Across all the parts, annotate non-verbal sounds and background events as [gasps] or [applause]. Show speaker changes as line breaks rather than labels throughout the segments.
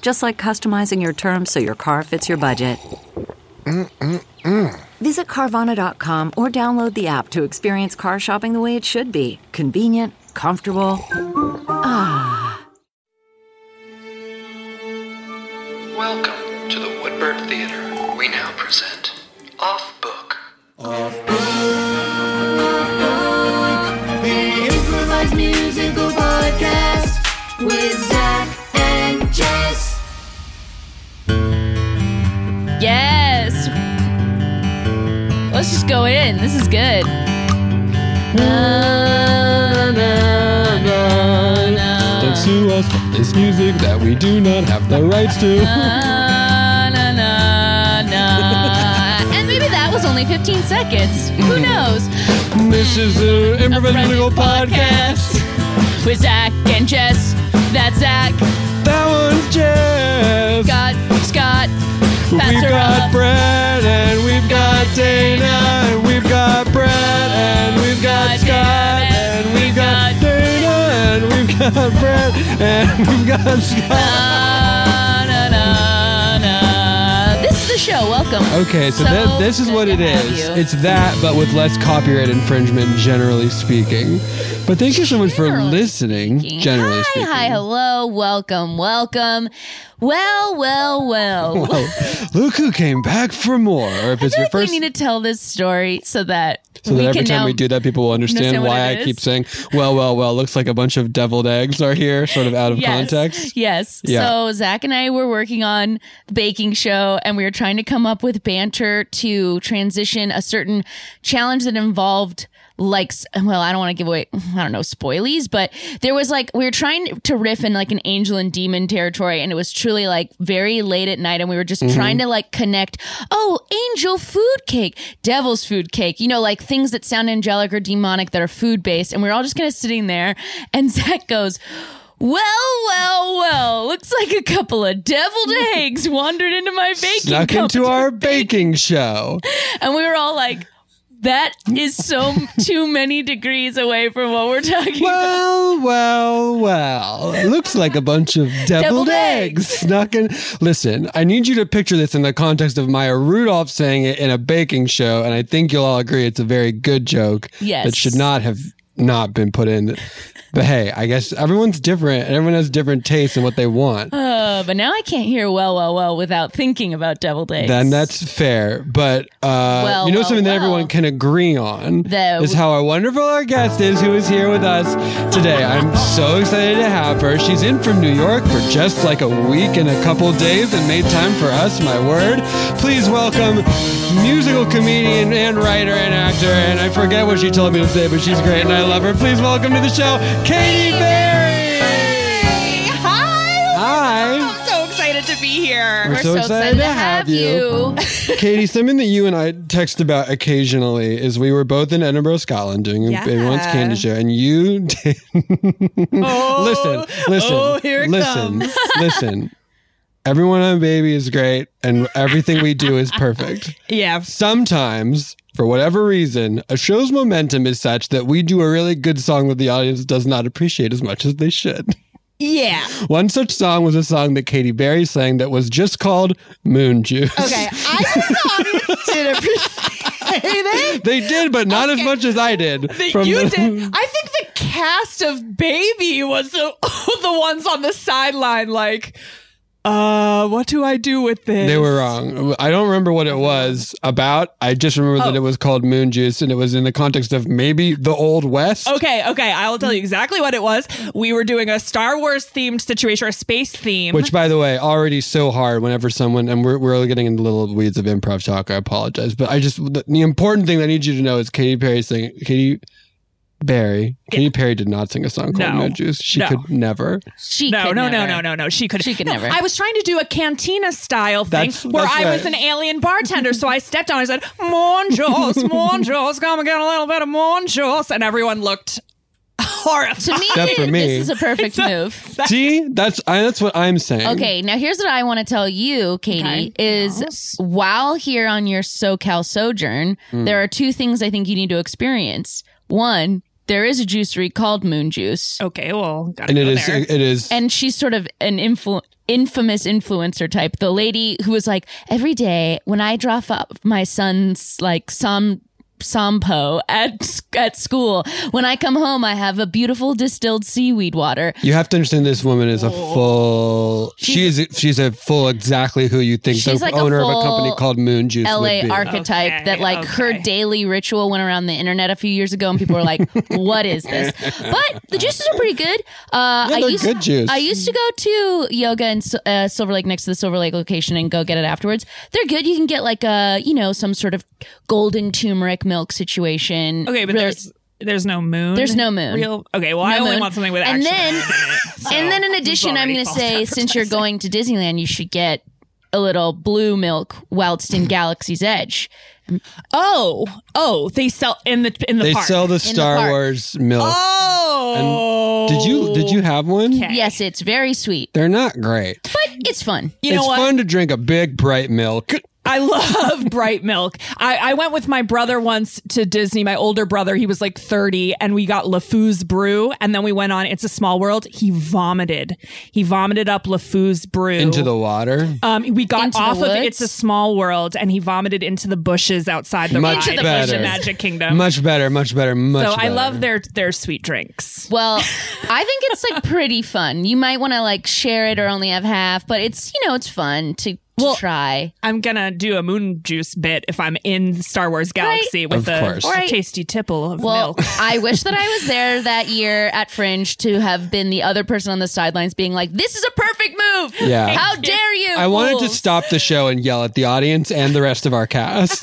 Just like customizing your terms so your car fits your budget. Visit Carvana.com or download the app to experience car shopping the way it should be convenient, comfortable.
Welcome to the Woodbird Theater. We now present Off Book.
The improvised musical podcast with Zach and Jess.
Yes. Let's just go in. This is good. Na, na, na, na.
Don't sue us for this music that we do not have the rights
Uh,
to.
Na, na, na, na. And maybe that was only 15 seconds. Who knows?
this is the Improvised Musical Podcast.
Podcast with Zach and Jess. That's Zach.
That one's Jess.
Got Scott.
we've
Passer
got
up.
Brett and we've got Dana. and We've got Brett and we've got
Got
Scott
Dana,
and we've got Dana and we've got Brett and [laughs] we've got
Uh,
Scott.
Na, na, na, na. This is the show. Welcome.
Okay, so,
So,
that, this is
good
what
to
it
have
is.
you.
It's that, but with less copyright infringement, generally speaking. But thank you so much for
Generally
listening.
speaking.
Generally
hi,
speaking.
Hi, hello, welcome, welcome. Well, well, well. I
Oh, [laughs] look who came back for more. Or if it's
feel
your
like
first,
we need to tell this story so that
so
we
that every
can
time
now,
we do that, people will understand
understand what
why
it
I keep
is.
saying, "Well, well, well." Looks like a bunch of deviled eggs are here, sort of out of
Yes,
context.
Yes.
Yeah.
So Zach and I were working on the baking show, and we were trying to come up with banter to transition a certain challenge that involved like s- well i don't want to give away i don't know spoilies but there was like we were trying to riff in like an angel and demon territory and it was truly like very late at night and we were just
Mm-hmm.
trying to like connect oh angel food cake devil's food cake you know like things that sound angelic or demonic that are food based and we we're all just kind of sitting there and [laughs] zach goes well, well, well. Looks like a couple of deviled eggs wandered into my baking
Snuck into
company.
our baking show.
and we were all like, "That is so too many degrees away from what we're talking." about.
Well, well, well. Looks like a
[laughs]
bunch of deviled,
Deviled
eggs. snuck in. Listen, I need you to picture this in the context of Maya Rudolph saying it in a baking show, and I think you'll all agree it's a very good joke
Yes.
that should not have not been put in. But hey, I guess everyone's different and everyone has different tastes and what they want.
Uh, but now I can't hear "well, well, well" without thinking about deviled eggs.
Then that's fair. But uh,
Well,
you know
well,
something that
well.
everyone can agree on
The-
is how our wonderful our guest is, who is here with us today. I'm so excited to have her. She's in from New York for just like a week and a couple days, and made time for us. My word! Please welcome musical comedian and writer and actor. And I forget what she told me to say, but she's great, and I love her. Please welcome to the show, Katie Berry.
Hi!
Hi.
so excited to be here.
we're so, excited, to have you.
Katie, something that you and I text about occasionally is we were both in Edinburgh, Scotland, doing
Yeah.
everyone's candy show, and you [laughs] did. listen, listen,
oh, here it
listen, [laughs] listen. Everyone on Baby is great, and everything we do is perfect.
Yeah.
Sometimes, for whatever reason, a show's momentum is such that we do a really good song that the audience does not appreciate as much as they should.
Yeah.
One such song was a song that Katy Perry sang that was just called Moon Juice.
Okay. I didn't appreciate it.
They did, but not as much as I did.
that
from
you
the- [laughs]
did. I think the
[laughs]
cast of Baby was the, the ones on the sideline, like,
uh, what do I do with this?
They were wrong. I don't remember what it was about. I just remember
Oh.
that it was called Moon Juice, and it was in the context of maybe the Old West.
Okay, okay, I will tell you exactly what it was. We were doing a Star Wars themed situation or a space theme.
Which, by the way, already so hard whenever someone, and we're, we're getting into little weeds of improv talk. I apologize. But I just, the, the important thing I need you to know is Katy Perry singing, Katy Barry, Katy Perry did not sing a song called
No.
Moon Juice. She
No. [laughs]
could never.
She
no,
could
no, no,
never.
no, no, no. She could.
She could
no,
never.
I was trying to do a cantina style thing
That's-
where
that's
I was
right.
an alien bartender, so I stepped on. I said,
[laughs]
"Monjos, monjos, come and get a little bit of monjos," and everyone looked [laughs]
To
horrified.
me,
Except for me.
this is a perfect move.
See, that's I, that's what I'm saying.
Okay, now here's what I want to tell you, Katie, is while here on your SoCal sojourn,
Hmm.
there are two things I think you need to experience. One, there is a juicery called Moon Juice,
Okay, well, gotta
and
go
it is
there.
it is
and she's sort of an influ- infamous influencer type. The lady who was like, every day when I drop up my son's like some sampo at at school, when I come home, I have a beautiful distilled seaweed water.
you have to understand this woman is a
Oh.
full she is she's a full exactly who you think the
She's like a
owner of a
full
company called Moon Juice
LA
would be.
archetype
Okay,
that like her
okay.
daily ritual went around the internet a few years ago and people
[laughs]
were like, "What is this?" But the juices are pretty good. Uh,
Yeah,
I
they're
used
good juice.
I used to go to yoga in S- uh, Silver Lake next to the Silver Lake location and go get it afterwards. They're good. You can get like a you know some sort of golden turmeric milk situation.
okay, but
Really-
there's there's no moon.
There's no moon.
Real. Okay, well, I
No
only
moon.
want something with
and
action.
then [laughs] and then in
this is
addition, I'm
already
going to
false [laughs]
say since you're going to Disneyland, you should get a little blue milk whilst
[laughs]
in Galaxy's Edge.
oh, oh, they sell in the in the
They
park.
sell the Star
park.
Wars milk.
Oh,
Did you did you have one?
Yes, it's very sweet,
They're not great.
but it's fun.
[laughs] You know
it's
what?
fun to drink a big bright milk.
I love [laughs] bright milk. I, I went with my brother once to Disney, my older brother. He was like 30, and we got LeFou's brew. And then we went on It's a Small World. He vomited. He vomited up LeFou's brew.
Into the water.
um, we got
Into the
off of
woods?
It's a Small World, and he vomited into the bushes outside the
Much
ride
better.
in the Magic Kingdom.
much better, much better, much
so
better.
I love their their sweet drinks.
Well, I think it's like pretty fun. You might want to like share it or only have half, but it's you know it's fun to, to try.
I'm gonna do a moon juice bit if I'm in Star Wars Galaxy with
Of
a,
course.
a tasty tipple of
Well,
milk.
I wish that I was there that year at Fringe to have been the other person on the sidelines being like, "This is a perfect move.
Yeah.
How dare you?"
I wanted to
fools."
stop the show and yell at the audience and the rest of
[laughs]
our cast.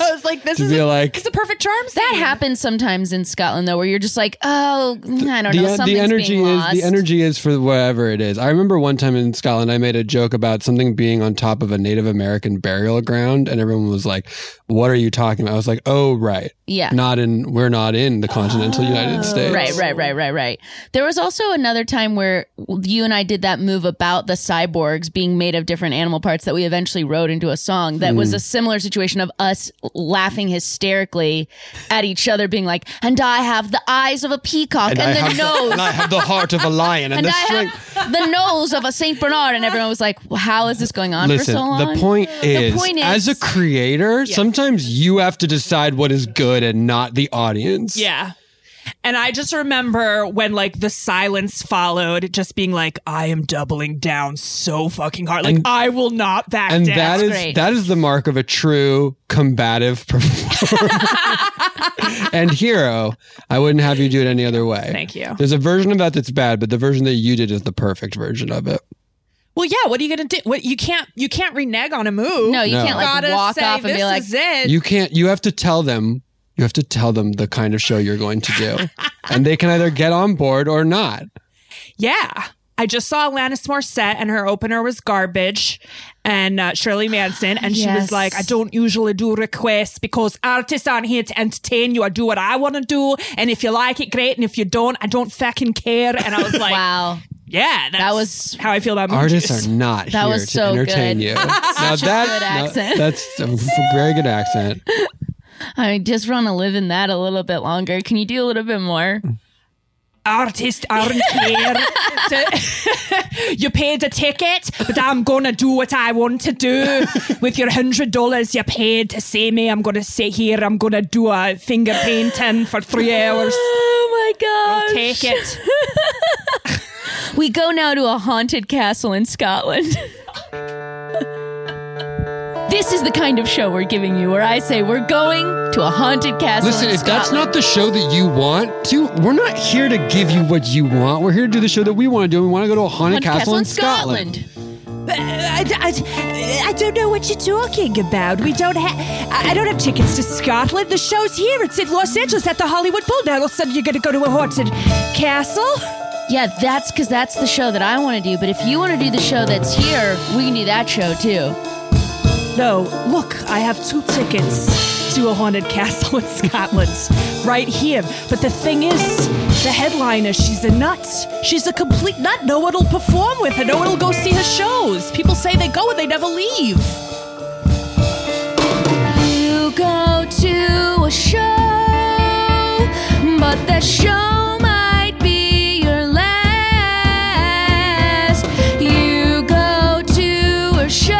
[laughs] I was like, this
To
is
be
a,
like-
this is a perfect charm.
That
scene.
happens sometimes in Scotland though, where you're just like, "Oh, I don't know." something's
energy
being
is
lost.
the energy is for whatever it is. I remember one time in Scotland, I made a joke about something being on top of a Native American burial ground, and everyone was like, "What are you talking about?" I was like, "Oh, right,
Yeah. Oh,
not in we're not in the continental United States,
Right, right, right, right, right. There was also another time where you and I did that move about the cyborgs being made of different animal parts that we eventually wrote into a song that
Hmm.
was a similar situation of us laughing hysterically at each other, being like, and I have the eyes of a peacock and,
I
the
have
nose.
and I have the heart of a lion [laughs] and,
and
the
I
strength.
have the nose of a Saint Bernard, and everyone was like, "How is this going on for
Listen,
so long?"
the point, is,
point is-
as a creator, sometimes you have to decide what is good and not the audience.
Yeah. And I just remember when like the silence followed, just being like, I am doubling down so fucking hard. Like
And-
I will not back
And
down.
that is
great.
that is the mark of a true combative performer [laughs] and hero. I wouldn't have you do it any other way.
Thank you.
There's a version of that that's bad, but the version that you did is the perfect version of it.
well, yeah. What are you gonna do? What you can't you can't renege on a move.
No, you
No.
can't like
Gotta
walk
say,
off and
this
be like,
is it.
You can't. You have to tell them. You have to tell them the kind of show you're going to
[laughs]
do, and they can either get on board or not.
yeah. I just saw Alanis Morissette and her opener was garbage and uh,
[sighs]
Shirley Manson. And she
Yes.
was like, I don't usually do requests because artists aren't here to entertain you. I do what I want to do. And if you like it, great. And if you don't, I don't fucking care. And
[laughs]
I was like,
"Wow,
Yeah, that's
That was-
how I feel about
Artists
movies.
are not
That
here
was
to
so
entertain
good. [laughs]
you. now that
good
now,
accent.
that's a f- very good accent.
I just want to live in that a little bit longer. Can you do a little bit more?"
Artists aren't [laughs] here. to- you paid a ticket, but I'm gonna do what I want to do with your hundred dollars you paid to see me. I'm gonna sit here. I'm gonna do a finger Oh, painting for three hours.
Oh my god!
Take it.
We go now to a haunted castle in Scotland. [laughs] this is the kind of show we're giving you where I say we're going to a haunted castle
Listen,
in
if that's
Scotland.
not the show that you want to, we're not here to give you what you want. We're here to do the show that we want to do. We want to go to a haunted,
Haunted
castle, in Scotland.
I, I, I don't know what you're talking about. We don't have. I I don't have tickets to Scotland. The show's here. It's in Los Angeles at the Hollywood Bowl. Now all of a sudden you're going to go to a haunted castle.
Yeah, that's because that's the show that I want to do. But if you want to do the show that's here, we can do that show too.
No, look, I have two tickets to a haunted [laughs] castle in Scotland, right here. But the thing is, the headliner, she's a nut. She's a complete nut. No one will perform with her. No one will go see her shows. People say they go and they never leave.
You go to a show, but the show might be your last. You go to a show,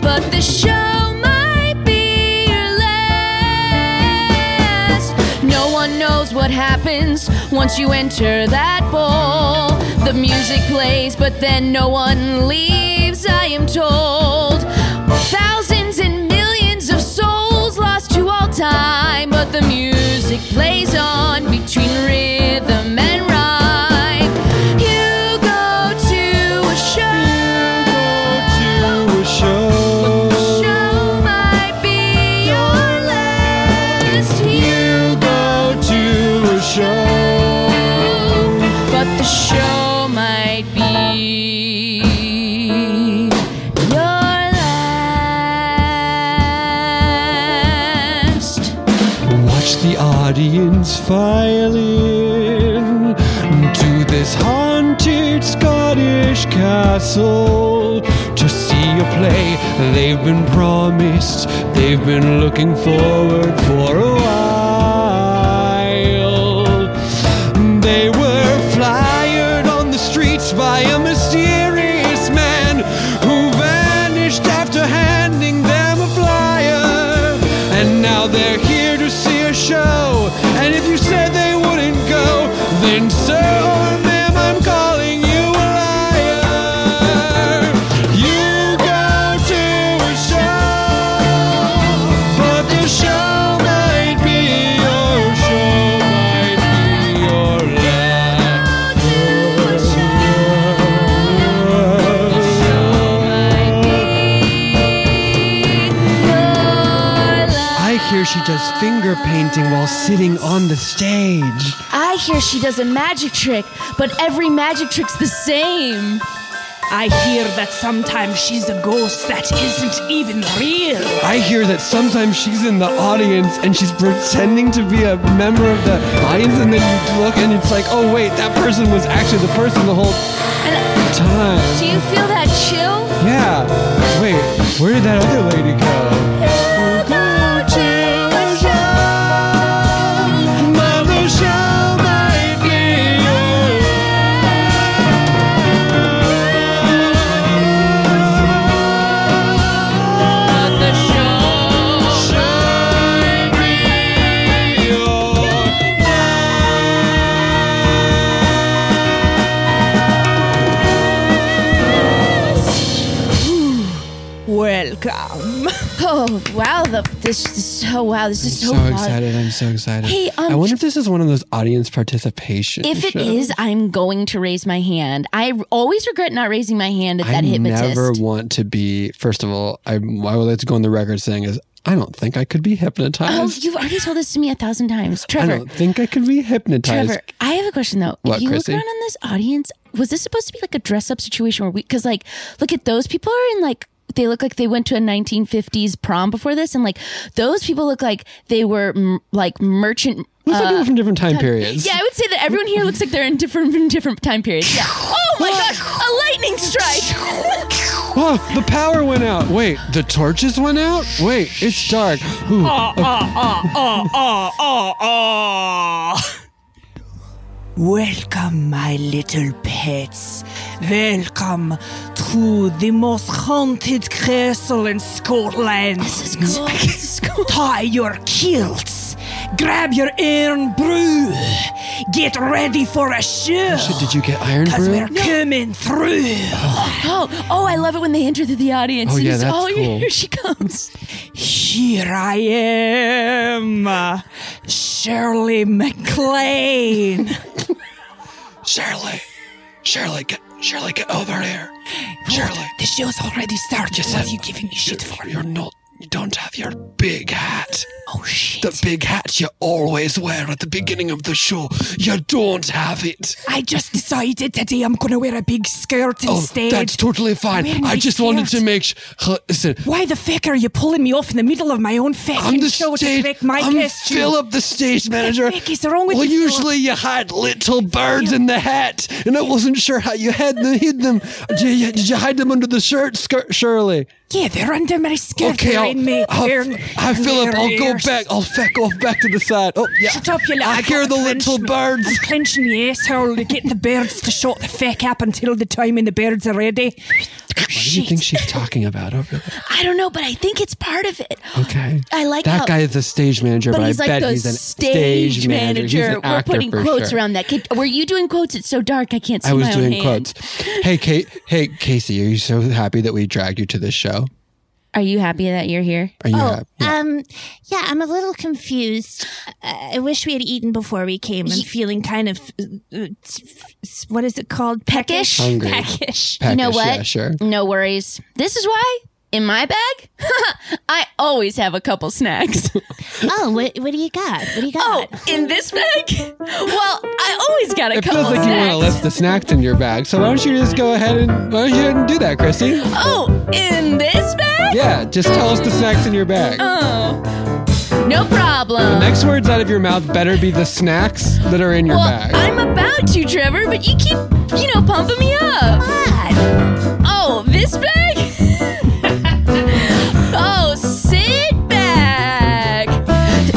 but the show might be your last. No one knows what happens once you enter that bowl. The music plays, but then no one leaves, I am told. Thousands and millions of souls lost to all time, but the music plays on between rhythm and rhyme. You go to a show.
To a show.
Show might be your last. You
Go to a show.
but the show might be your last.
Watch the audience file in to this haunted Scottish castle to see a play they've been promised, they've been looking forward for a while. They were flyered on the streets by a mysterious man who vanished after handing them a flyer. And now they're here to see a show. And if you said they wouldn't go, then sir or ma'am, I'm calling you a liar. You go to a show, but the show might be your show, might be your last. I hear she does finger painting while sitting on the stage.
I hear she does a magic trick, but every magic trick's the same.
I hear that sometimes she's a ghost that isn't even real.
I hear that sometimes she's in the audience and she's pretending to be a member of the audience, and then you look and it's like, oh wait, that person was actually the person the whole
And
time.
uh, do you feel that chill?
Yeah. Wait, where did that other lady go? Mother shall might be
Welcome.
[laughs] Oh wow, the, this, this oh wow, this is so,
So
wild.
excited! I'm so excited.
Hey, um,
I wonder if this is one of those audience participation.
If it
shows.
is, I'm going to raise my hand. I r- always regret not raising my hand at
I
that hypnotist.
never want to be. First of all, I, I would like to go on the record saying is I don't think I could be
oh,
hypnotized.
you've already told this to me a thousand times,
I
Trevor.
don't think I could be hypnotized.
Trevor, I have a question though.
What,
if you
Chrissy?
look around on this audience, was this supposed to be like a dress-up situation where we? Because like, look at those people are in like. They look like they went to a 1950s prom before this, and like those people look like they were m- like merchant.
Let's
uh,
not people from different time periods.
Yeah, I would say that everyone here looks like they're in different from different time periods. Yeah. Oh my gosh, a lightning strike!
Oh, the power went out. Wait, the torches went out. Wait, it's dark. Ooh,
Oh.
Oh,
Welcome, my little pets. Welcome to the most haunted castle in Scotland. This is cool. Tie your kilts, grab your iron brew, Get ready for a show.
Shit, did you get Iron
Because
Brew?
we're coming through.
Oh, oh, I love it when they enter through the audience.
Oh,
and
yeah,
it's,
that's
oh,
cool.
Here she comes.
Here I am, Shirley MacLaine.
Shirley, Shirley, get, Shirley, get over here. Shirley,
the show's already started. what are you giving me shit for?
you're not. You don't have your big hat.
Oh shit!
The big hat you always wear at the beginning of the show. You don't have it.
I just decided today I'm gonna wear a big skirt instead.
Oh, that's totally
Wearing
fine. I
big
just wanted
skirt.
to make sure. Listen,
Why the fuck are you pulling me off in the middle of my own fucking
I'm the
show to
stage.
correct my
I'm
costume?
Philip, the stage manager.
heck is wrong with
well,
you, Philip?
usually you hide little birds in the hat, and I wasn't sure how you hid them. Hid them. Did, you, did you hide them under the shirt, skirt, Shirley?
Yeah, they're under my skirt.
Okay,
they're
I'll,
in me.
I'll,
They're-
I'll Philip.
they're
I'll go
ears.
back. I'll feck off back to the side. Oh yeah.
Shut up, you little.
I hear
gotta
the
clench
little
me-
Oh,
birds.
I'm clenching my asshole to get the birds to shut the feck up until the time when the birds are ready.
What do you think she's talking about? Oh, really?
[gasps] I don't know, but I think it's part of it.
Okay.
I like
that
how-
guy is the stage manager, but,
But he's
I
like
bet
the
he's an
stage, manager.
He's an
We're
actor
putting
for
quotes
sure.
around that. Kid, were you doing quotes? It's so dark, I can't see
I was
my own
doing
hand.
quotes. Hey, Kate. Hey, Casey. Are you so happy that we dragged you to this show?
Are you happy that you're here?
Are you happy?
Um, yeah, I'm a little confused. Uh, I wish we had eaten before we came. I'm feeling kind of, uh, uh, s- s- what is it called?
Peckish?
Hungry.
Peckish.
Peckish,
you know what?
Yeah, sure.
No worries. This is why in my bag, [laughs] I always have a
[laughs]
couple snacks.
oh, what, what do you got? What do you
oh,
got?
in this bag? Well, I always got a
It
couple
feels like you want
snacks.
to list the snacks in your bag, so why don't you just go ahead and why don't you go ahead and do that,
[laughs]
Chrissy?
oh, in this bag?
Yeah, just tell us the snacks in your bag.
Oh, no problem.
The next words out of your mouth better be the snacks that are in your
well,
bag.
I'm about to, Trevor, but you keep, you know, pumping me up. Oh, this bag? [laughs] oh, sit back.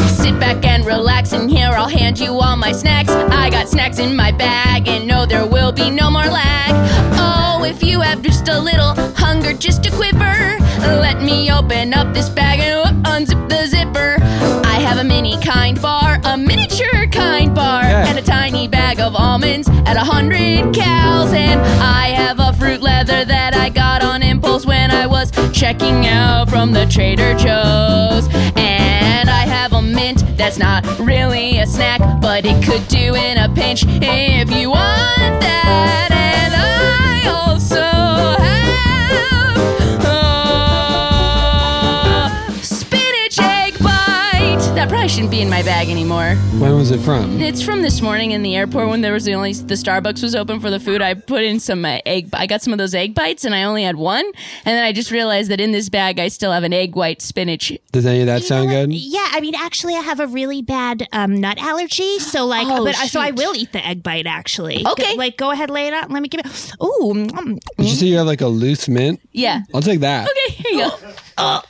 Sit back and relax, and here I'll hand you all my snacks. I got snacks in my bag, and no, there will be no more lag. Oh, if you have just a little hunger, just a quiver, let me open up this bag and unzip the zipper. I have a mini kind bar, a miniature kind bar,
Yeah.
and a tiny bag of almonds at a hundred cows, and I have a fruit leather that I got on impulse when I was checking out from the Trader Joe's, and I have a mint that's not really a snack, but it could do in a pinch if you want that, and I also have a uh, spinach egg bite. That probably shouldn't be in my bag anymore.
when was it from?
It's from this morning in the airport when there was the only the Starbucks was open for the food. I put in some uh, egg. I got some of those egg bites, and I only had one. And then I just realized that in this bag I still have an egg white spinach. [laughs]
Does any of that sound good?
Yeah, I mean, actually, I have a really bad um, nut allergy, so like,
Oh,
but I so I
shoot.
will eat the egg bite. Actually,
Okay.
Go- like, go ahead, lay it out, and let me give it. Ooh, mm,
Did you say you have like a loose mint?
Yeah.
I'll take that.
Okay. Here you go.
oh,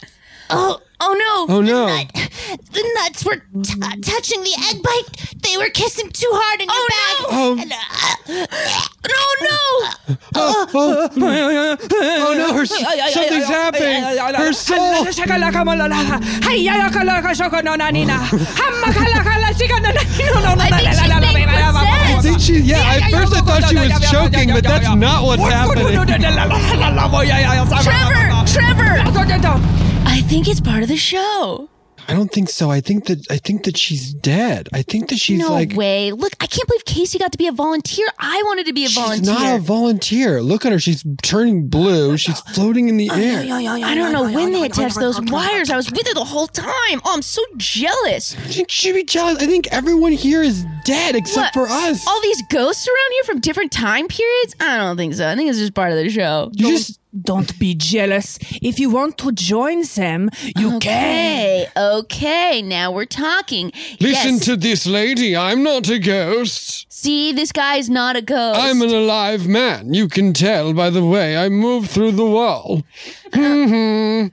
Oh no.
Oh no.
the nuts were
Mm.
t- uh, touching the egg bite. They were kissing too hard in your bag.
Oh.
And, [laughs] uh,
Oh no.
Oh, oh, oh no, her, something's happening. Her soul. I think she, yeah, at first I thought she was choking, but that's not what's happening.
Trevor. Trevor. I think it's part of the show.
I don't think so. I think that I think that she's dead. I think that she's
no
like
way. Look, I can't believe Casey got to be a volunteer. I wanted to be a
she's
volunteer.
not a volunteer. Look at her. She's turning blue.
[gasps]
She's floating in the air.
I don't know when they attached those wires. I was with her the whole time. Oh, I'm so jealous.
I think she should be jealous. I think everyone here is dead except
What? Oh
for us.
all these ghosts around here from different time periods? I don't think so. I think it's just part of the show.
you just
Don't be jealous. If you want to join them, you can.
Okay, okay, now we're talking.
listen
Yes.
to this lady. I'm not a ghost.
See, this guy is not a ghost.
I'm an alive man. You can tell by the way I move through the wall.
Uh.
Mm-hmm.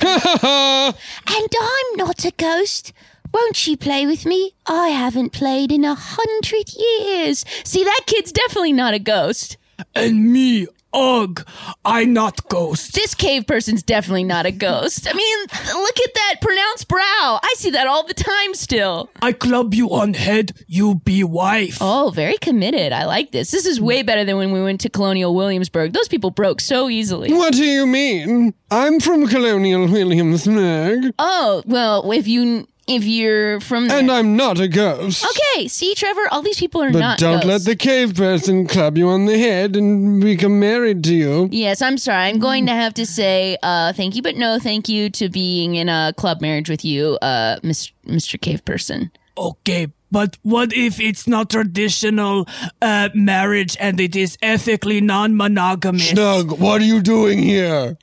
hmm
And I'm not a ghost. Won't you play with me?
I haven't played in a hundred years. See, that kid's definitely not a ghost.
And me, Ugh, I'm not ghost.
This cave person's definitely not a ghost. I mean, look at that pronounced brow. I see that all the time still.
I club you on head, you be wife.
Oh, very committed. I like this. This is way better than when we went to Colonial Williamsburg. Those people broke so easily.
[laughs] What do you mean? I'm from Colonial Williamsburg,
Oh, well, if you if you're from there.
and I'm not a ghost.
okay, see Trevor, all these people are
But
not
don't let
ghosts.
the cave person club you on the head and become married to you.
Yes, I'm sorry. I'm going to have to say uh, thank you, but no thank you to being in a club marriage with you, uh, Mr. Mr. Cave Person.
Okay, but what if it's not traditional uh, marriage and it is ethically non-monogamous?
Snug, what are you doing here?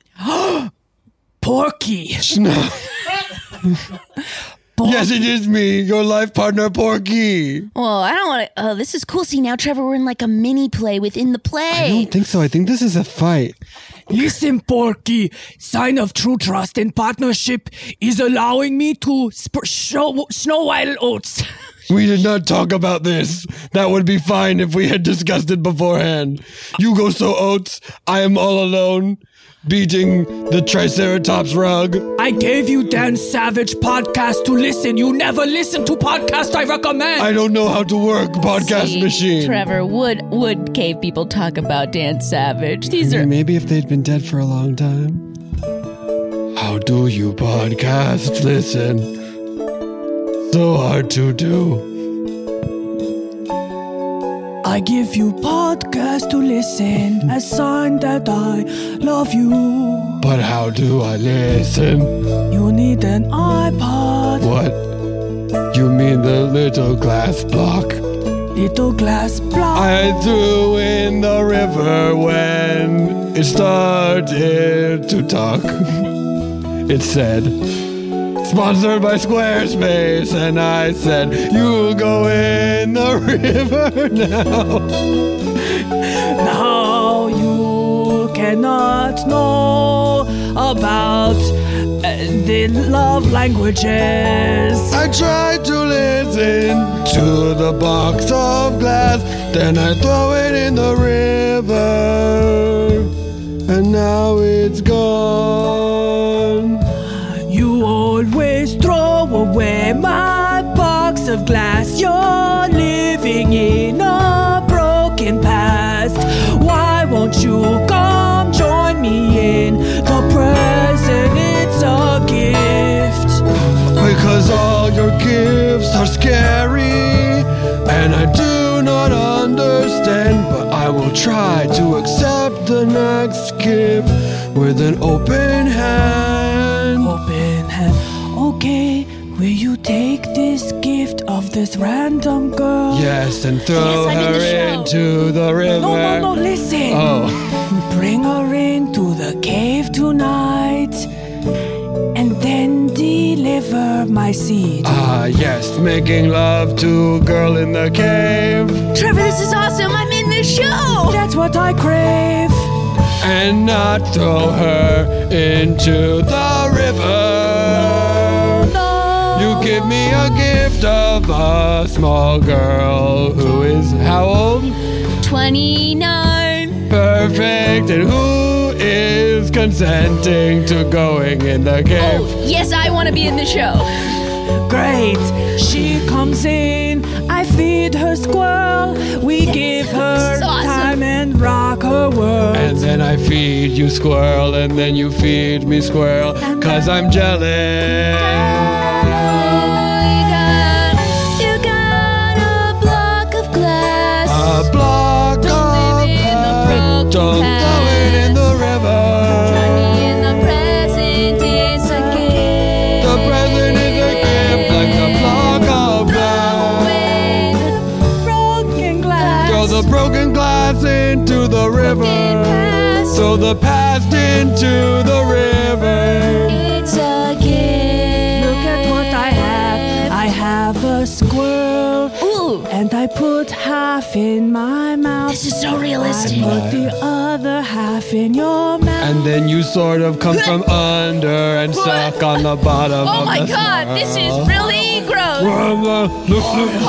Porky.
Snug. yes, it is me, your life partner, Porky.
Well, I don't want to. Oh, this is cool. See, now, Trevor, we're in like a mini play within the
I
play.
don't think so. I think this is a fight.
Listen, Porky. Sign of true trust and partnership is allowing me to sp- show Snow White Oats.
We did not talk about this. That would be fine if we had discussed it beforehand. You go so oats. I am all alone, beating the Triceratops rug.
I gave you Dan Savage podcast to listen. You never listen to podcast I recommend.
I don't know how to work podcast
See,
machine.
Trevor, would would cave people talk about Dan Savage? These are
Maybe if they'd been dead for a long time. How do you podcast listen? So hard to do.
I give you podcast to listen. A sign that I love you.
But how do I listen?
You need an iPod,
What? You mean the little glass block?
little glass block.
I threw in the river when it started to talk. [laughs] It said, sponsored by Squarespace, and I said, you go in the [laughs] river now.
Now you cannot know about uh, the love languages.
I tried to listen to the box of glass, then I throw it in the river, and now it's gone.
You always throw away my box of glass. You're living in a broken past. Why won't you come join me in the present? It's a gift.
Because all your gifts are scary, and I do not understand. But I will try to accept the next gift with an open hand.
Open hand. Okay, will you take this gift of this random girl?
Yes, and throw
Yes, I'm in the
her
show.
into the river.
No, no, no, listen.
Oh,
Bring her into the cave tonight and then deliver my seed.
ah, yes, making love to girl in the cave.
Trevor, this is awesome. I'm in this show.
That's what I crave.
and not throw her into the river. You give me a gift of a small girl who is how old?
Twenty nine.
Perfect, and who is consenting to going in the cave.
Oh, yes, I want to be in the show.
Great. She comes in, I feed her squirrel. We give her
This is awesome.
time and rock her world.
And then I feed you squirrel, and then you feed me squirrel, cause I'm jealous.
You got a block of glass.
A block of
leave it in the
earth,
broken
don't throw it in the river.
in the present is a gift.
The present is a gift like a block of glass.
Broken glass.
Throw the broken glass into the river.
past.
Throw the past into the river.
It's a gift.
Look at what I have. I have a squirrel.
Ooh,
And I put half in my mouth.
this is so
I
realistic.
put the other half in your mouth.
And then you sort of come from under and suck on the bottom
Oh
of
my
the uh,
god, this is
squirrel.
really really gross.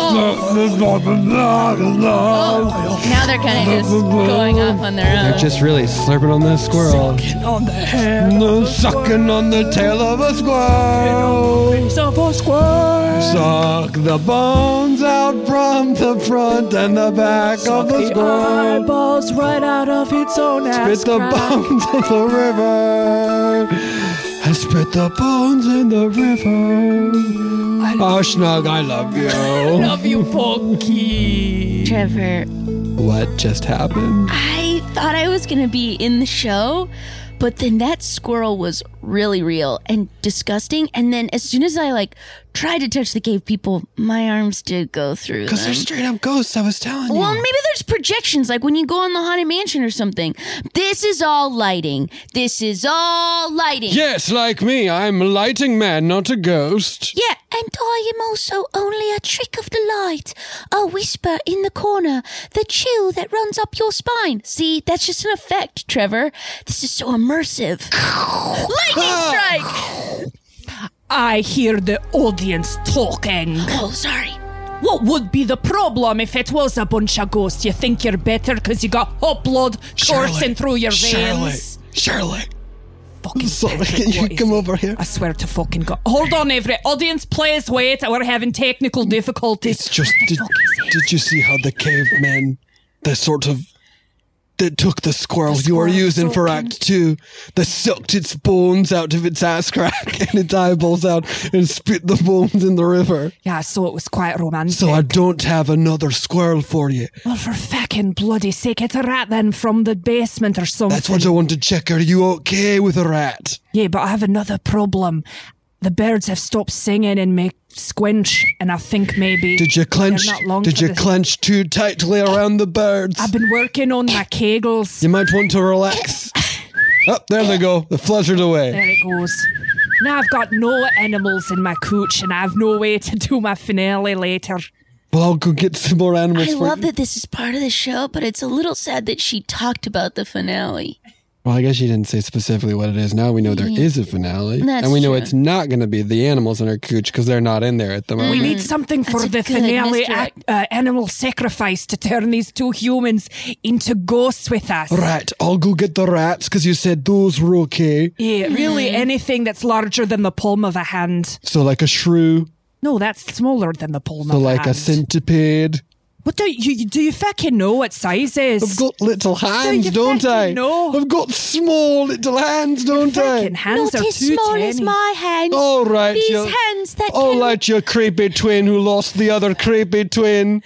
Oh.
They're
Now they're kind of just going off on their own.
just really slurping on that squirrel.
on the head
No sucking on the tail of a squirrel.
of a squirrel.
Suck the bones out from the front and the back of the squirrel.
eyeballs right out of its own
Spit the bones in the river. I spit the bones in the river.
I
Oh, Snug, I love
[laughs]
you.
love you, Punky.
Trevor,
what just happened?
I thought I was going to be in the show, but then that squirrel was really real and disgusting. And then as soon as I like tried to touch the cave people, my arms did go through.
Because
them.
they're straight up ghosts, I was telling
Well,
you.
maybe there's projections, like when you go on the haunted mansion or something. This is all lighting. This is all lighting.
Yes, like me, I'm a lighting man, not a ghost.
Yeah, and I am also only a trick of the light, a whisper in the corner, the chill that runs up your spine. See, that's just an effect, Trevor. This is so immersive.
Ah,
Lightning strike!
I hear the audience talking.
Oh, sorry.
What would be the problem if it was a bunch of ghosts? You think you're better because you got hot blood coursing through your veins?
Shirley.
Fucking
[laughs] Sorry,
Patrick,
can you
what is
come
it?
over here?
I swear to fucking God. Hold on, every audience, please wait. We're having technical difficulties.
It's just, did, did you see how the cavemen, the sort of, that took the squirrel, you were using for Act Two, that sucked its bones out of its ass crack [laughs] and its eyeballs out and spit the bones in the river.
Yeah, so it was quite romantic.
So I don't have another squirrel for you.
well, for fucking bloody sake, it's a rat then from the basement or something.
That's what I want to check. Are you okay with a rat?
Yeah, but I have another problem. The birds have stopped singing and make squinch, and I think maybe.
Did you clench?
not long
Did
for
you
this.
clench too tightly around the birds?
I've been working on my kegels.
You might want to relax. Up there they go. They fluttered away.
There it goes. Now I've got no animals in my cooch, and I have no way to do my finale later.
Well, I'll go get some more animals
I
for
love
you.
that this is part of the show, but it's a little sad that she talked about the finale.
Well, I guess she didn't say specifically what it is. Now we know there is a finale,
That's
and we know
true.
it's not going to be the animals in her cooch because they're not in there at the moment.
We need something for
Mm. That's a
the
good
finale
misdirect.
act, uh, animal sacrifice to turn these two humans into ghosts with us.
Rat. I'll go get the rats because you said those were okay.
Yeah,
Mm.
really anything that's larger than the palm of a hand.
So like a shrew,
No, that's smaller than the palm
so
of
like
a hand.
a centipede.
What do you you- do? You fucking know what size is?
I've got little hands,
you
don't
fucking
I?
know?
I've got small little hands, don't I?
fucking hands
Not
are
as
too
small
tiny.
as my hands.
All right,
These
you-
hands that
All
can
right, you creepy twin who lost the other creepy twin.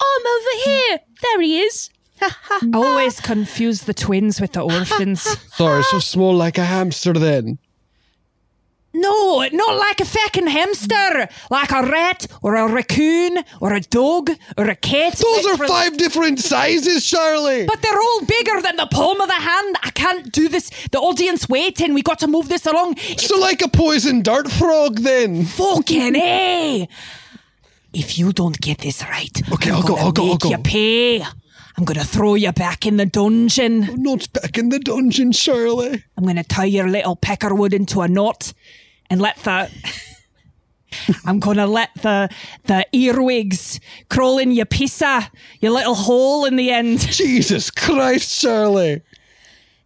I'm over here. There he is.
I always confuse the twins
[laughs]
with the orphans.
Sorry, so small like a hamster then.
no, not like a fucking hamster, like a rat or a raccoon or a dog or a cat.
Those are
Like-
five different sizes, Shirley.
But they're all bigger than the palm of the hand. I can't do this. The audience waiting. We got to move this along. [laughs] It's
so like a poison dart frog then.
fucking a. If you don't get this right,
Okay,
I'm
I'll go,
gonna
I'll go, I'll
make
go.
You pay. I'm gonna throw you back in the dungeon.
Not back in the dungeon, Shirley.
I'm going to tie your little peckerwood into a knot and let the. [laughs] I'm going to let the the earwigs crawl in your pizza, your little hole in the end.
Jesus Christ, Shirley.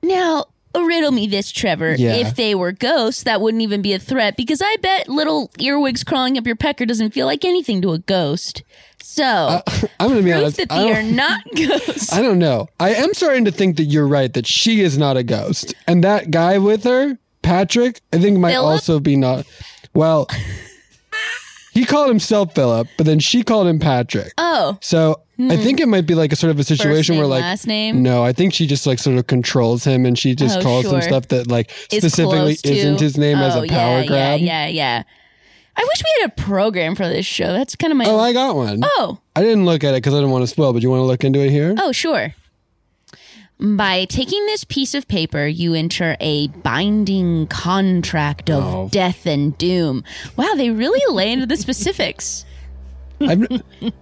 Now, riddle me this, Trevor.
Yeah.
If they were ghosts, that wouldn't even be a threat because I bet little earwigs crawling up your pecker doesn't feel like anything to a ghost. So,
I'm gonna be
proof
honest.
that
Uh, I
they
[laughs]
are
don't,
not ghosts.
I don't know. I am starting to think that you're right that she is not a ghost, and that guy with her, Patrick, I think might
Philip?
also be not. Well,
[laughs]
he called himself Philip, but then she called him Patrick.
oh,
So I think it might be like a sort of a situation
name,
where like
last name?
No, I think she just like sort of controls him and she just
Oh,
calls
sure.
him stuff that like
is
specifically
close to-
isn't his name as
Oh,
a power
yeah,
grab.
Yeah, yeah, yeah. I wish we had a program for this show. That's kind of my.
Oh, I got one.
oh,
I didn't look at it because I didn't want to spoil. But you want to look into it here?
Oh, sure. By taking this piece of paper, you enter a binding contract of
Oh.
death and doom. Wow, they really lay into the specifics.
I've,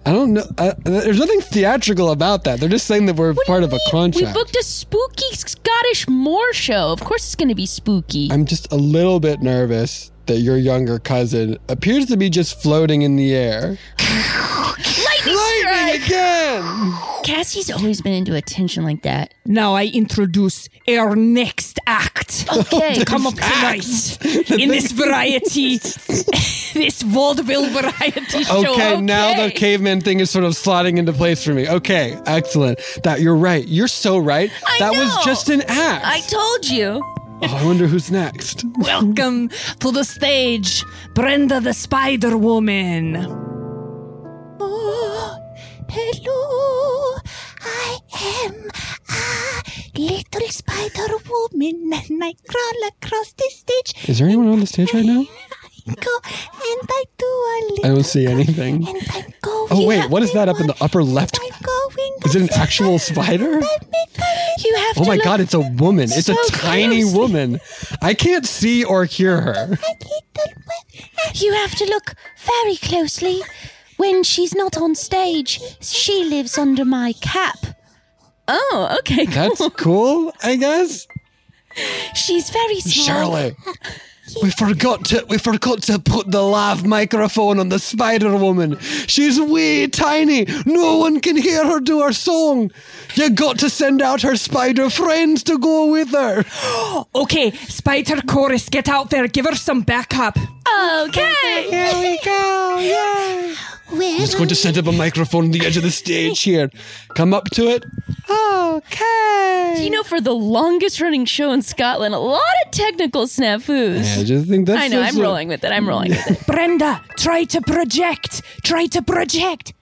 I don't know. I, there's nothing theatrical about that. They're just saying that we're part of a
We
contract.
booked a spooky Scottish moor show. Of course, it's going to be spooky.
I'm just a little bit nervous that your younger cousin appears to be just floating in the air.
[laughs] Lightning
Lightning
strike.
again!
Cassie's always been into attention like that.
Now I introduce our next act
Okay.
to come up tonight in this variety, [laughs] this vaudeville variety show.
Okay, now the
Okay.
caveman thing is sort of slotting into place for me. Okay, excellent. That you're right. You're so right.
I
that was
know.
just an act.
I told you.
oh, I wonder who's next.
Welcome to the stage, Brenda the Spider Woman.
Oh, hello. I am a little spider woman and I crawl across the stage
Is there anyone on the stage right now?
and go and I do a
I
little
don't see anything.
and I'm going.
Oh, wait, what is that up in the upper left?
I'm going.
Is it an actual spider?
You have to.
Oh my
look-
god, it's a woman. It's
so
a tiny
close.
woman. I can't see or hear her.
You have to look very closely. When she's not on stage, she lives under my cap.
Oh, okay. Cool.
That's cool, I guess.
She's very small.
Shirley. We forgot to we forgot to put the lav microphone on the Spider Woman. She's way tiny. No one can hear her do her song. You got to send out her spider friends to go with her.
Okay, Spider Chorus, get out there, give her some backup.
Okay.
Here we go. Yeah. I'm just going to set up a microphone on the edge of the stage here. Come up to it. Okay.
You know, for the longest running show in Scotland, a lot of technical snafus.
I just think that's
I know.
just
I'm
a-
rolling with it. I'm rolling with it.
Brenda, try to project, try to project.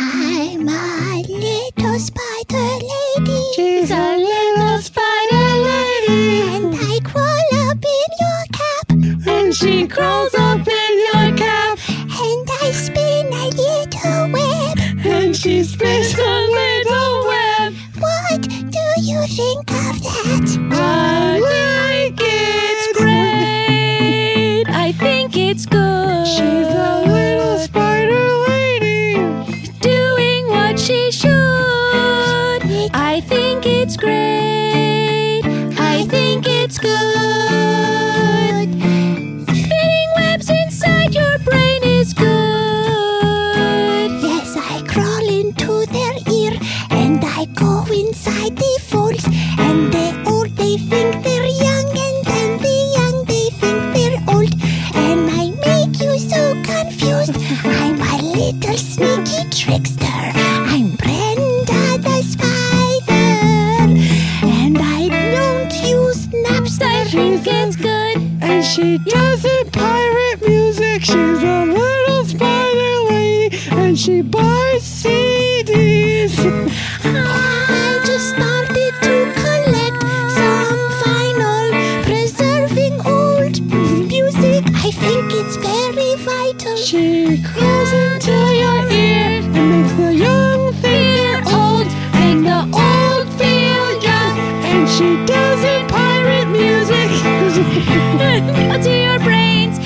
I'm a little spider lady.
She's a little spider lady.
And I crawl up in your cap.
And she crawls up in your cap.
And I spin a little web.
And she spins a little web.
What do you think of that?
I like it's great. I think it's good. She's a little spider lady. Doing what she should. I think it's great. I think it's good. Spinning webs inside your brain is good.
Yes, I crawl into their ear. And I go inside the folds. And the old, they think they're young. And then the young, they think they're old. And I make you so confused. I'm a little sneaky trickster. I'm Brenda the Spider. And I don't use Napster.
Think it's good.
And she doesn't pirate music. She's a little spider lady, and she buys CDs.
I just started to collect some final preserving old music. I think it's very vital.
She
Goes into your ear and makes the young feel old, make the old feel young, and she doesn't pirate [laughs] music into your brains,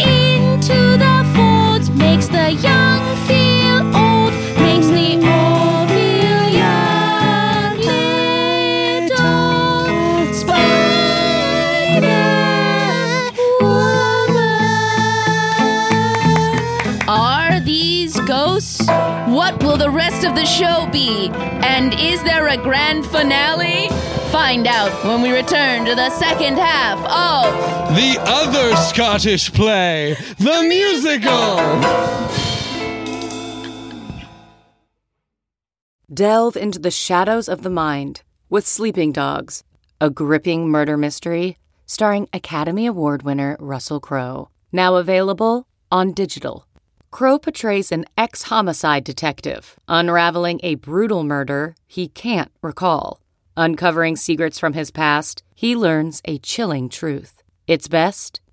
into the folds, makes the young feel old, makes the old feel young, little spider woman.
Are these ghosts? What will the rest of the show be? And is there a grand finale? Find out when we return to the second half of
The other Scottish play, the musical.
Delve into the shadows of the mind with Sleeping Dogs, a gripping murder mystery starring Academy Award winner Russell Crowe. Now available on digital. Crowe portrays an ex homicide detective unraveling a brutal murder he can't recall. Uncovering secrets from his past, he learns a chilling truth. It's best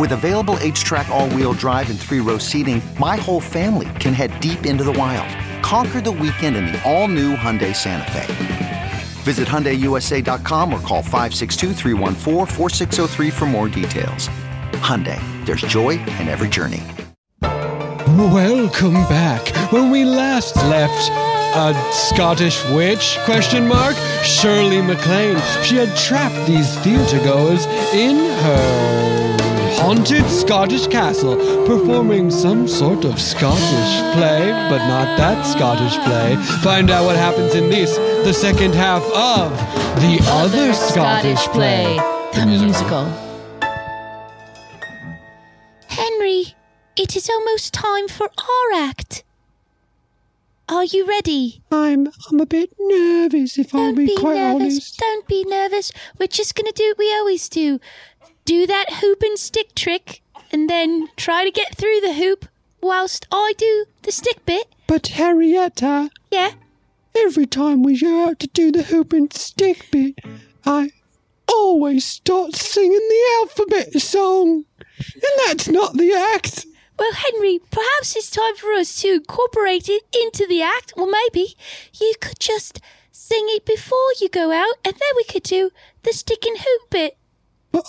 With available H track, all wheel drive, and three row seating, my whole family can head deep into the wild. Conquer the weekend in the all new Hyundai Santa Fe. Visit HyundaiUSA.com or call 562-314-4603 for more details. Hyundai, there's joy in every journey.
Welcome back. When we last left a Scottish witch question mark Shirley MacLaine, she had trapped these theatergoers in her haunted Scottish castle, performing some sort of Scottish play, but not that Scottish play. Find out what happens in this, the second half of the other Scottish, play,
the musical.
Henry, it is almost time for our act. Are you ready?
I'm I'm a bit nervous if I'll be,
Be
quite
nervous.
honest.
Don't be nervous. We're just going to do what we always do do that hoop and stick trick, and then try to get through the hoop whilst I do the stick bit.
But Harrietta.
Yeah.
Every time we go out to do the hoop and stick bit, I always start singing the alphabet song. And that's not the act.
Well, Henry, perhaps it's time for us to incorporate it into the act. Well, maybe you could just sing it before you go out, and then we could do the stick and hoop bit.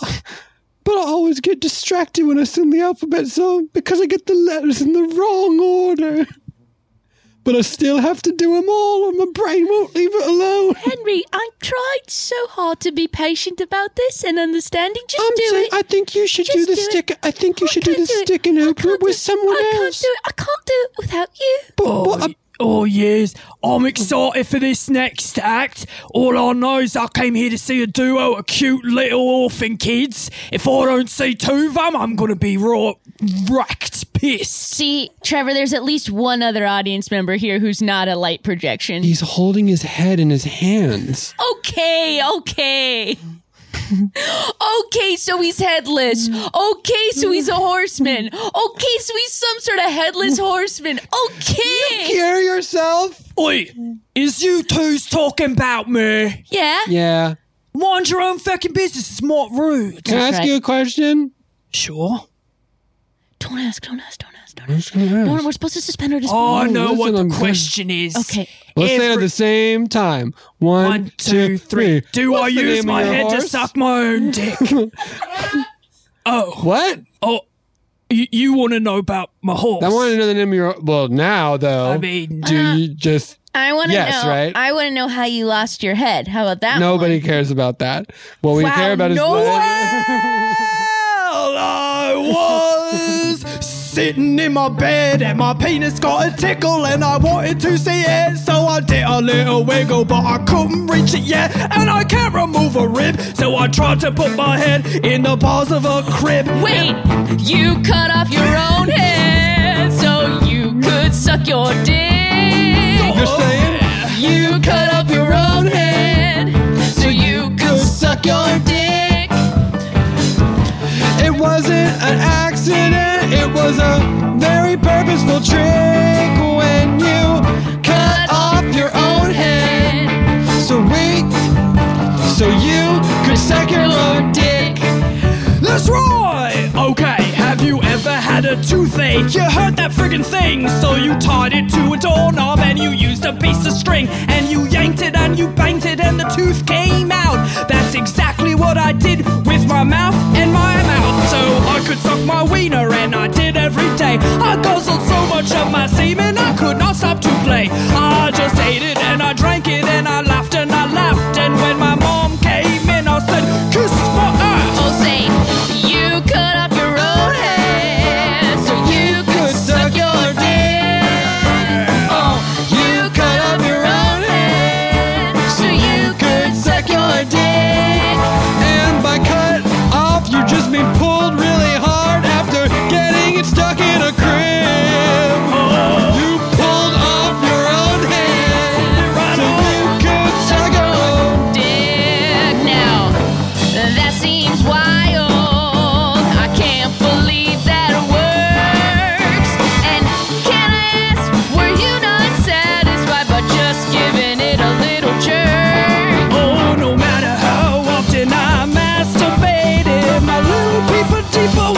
But I always get distracted when I sing the alphabet song because I get the letters in the wrong order. But I still have to do them all, and my brain won't leave it alone. [laughs]
Henry, I tried so hard to be patient about this and understanding. Just
I'm
do
saying
it.
I think you should do
Just
the
it.
stick. I think you
I
should do the
can't it.
stick and hoop it with someone
I can't
else.
do it. I can't do it without you.
Oh, y- oh, yes. I'm excited for this next act. All I know is I came here to see a duo of cute little orphan kids. If I don't see two of them, I'm going to be right wrecked pissed.
See, Trevor, there's at least one other audience member here who's not a light projection.
He's holding his head in his hands.
Okay, okay. okay, so he's headless. Okay, so he's a horseman. Okay, so he's some sort of headless horseman. Okay.
hear yourself?
Oi, is you two's talking about me?
Yeah.
Yeah.
Mind your own fucking business. It's not rude.
Can I ask you a question?
Sure.
Don't ask, don't ask, don't ask.
I'm just
Uh-huh.
gonna ask.
No, no, we're supposed to suspend our disbelief.
Oh, I know what
listen, I'm
the
good.
question is. Okay.
Let's say it at the same time. One, two, three.
Do
What's the
I
name
use
of
my
your
head to
horse?
suck my own
[laughs]
dick? oh.
What?
Oh, you, you want to know about my horse?
I want to know the name of your. Well, now though,
I mean- [laughs]
do you just?
I want to
Yes,
know.
right?
I want to know how you lost your head. How about that?
Nobody cares about that. What we
Wow,
care about is
no
Well, I was sitting in my bed and my penis got a tickle and I wanted to see it, so I did a little wiggle, but I couldn't reach it yet, and I can't remove a rib, so I tried to put my head in the bars of a crib.
Wait, you cut off your own head so you could suck your dick.
You're
Oh,
saying
you cut off your own head so you could suck your dick.
It wasn't an accident. It was a very purposeful trick when you cut off your own head. So we, so you could suck your own dick.
That's right! Okay, have you ever had a toothache? You heard that friggin' thing, so you tied it to a doorknob and you used a piece of string and you yanked it and you banged it and the tooth came out. That's exactly what I did with my mouth and my mouth. So I could suck my wiener and I did every day. I guzzled so much of my semen I could not stop to play. I just ate it and I drank it and I laughed and I laughed. And when my mom came in, I said, Kiss my ass!
Oh, say you cut off your own head so you could suck your dick. Oh, you cut off your own head so you could suck your dick.
And by cut off, you just mean pulled really hard after
Oh,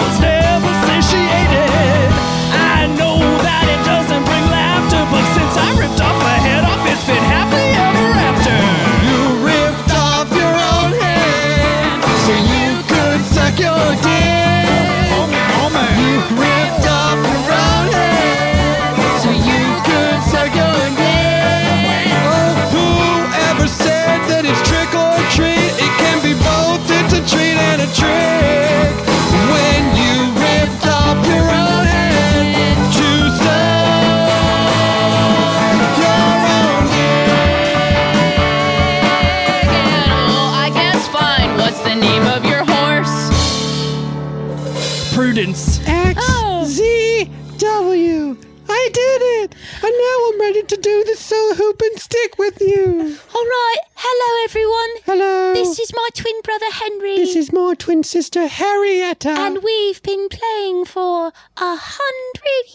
Oh,
students.
X Z W. I did it, and now I'm ready to do the soul hoop and stick with you.
All right. Hello, everyone.
Hello.
This is my twin brother Henry.
This is my twin sister Harrietta.
And we've been playing for a hundred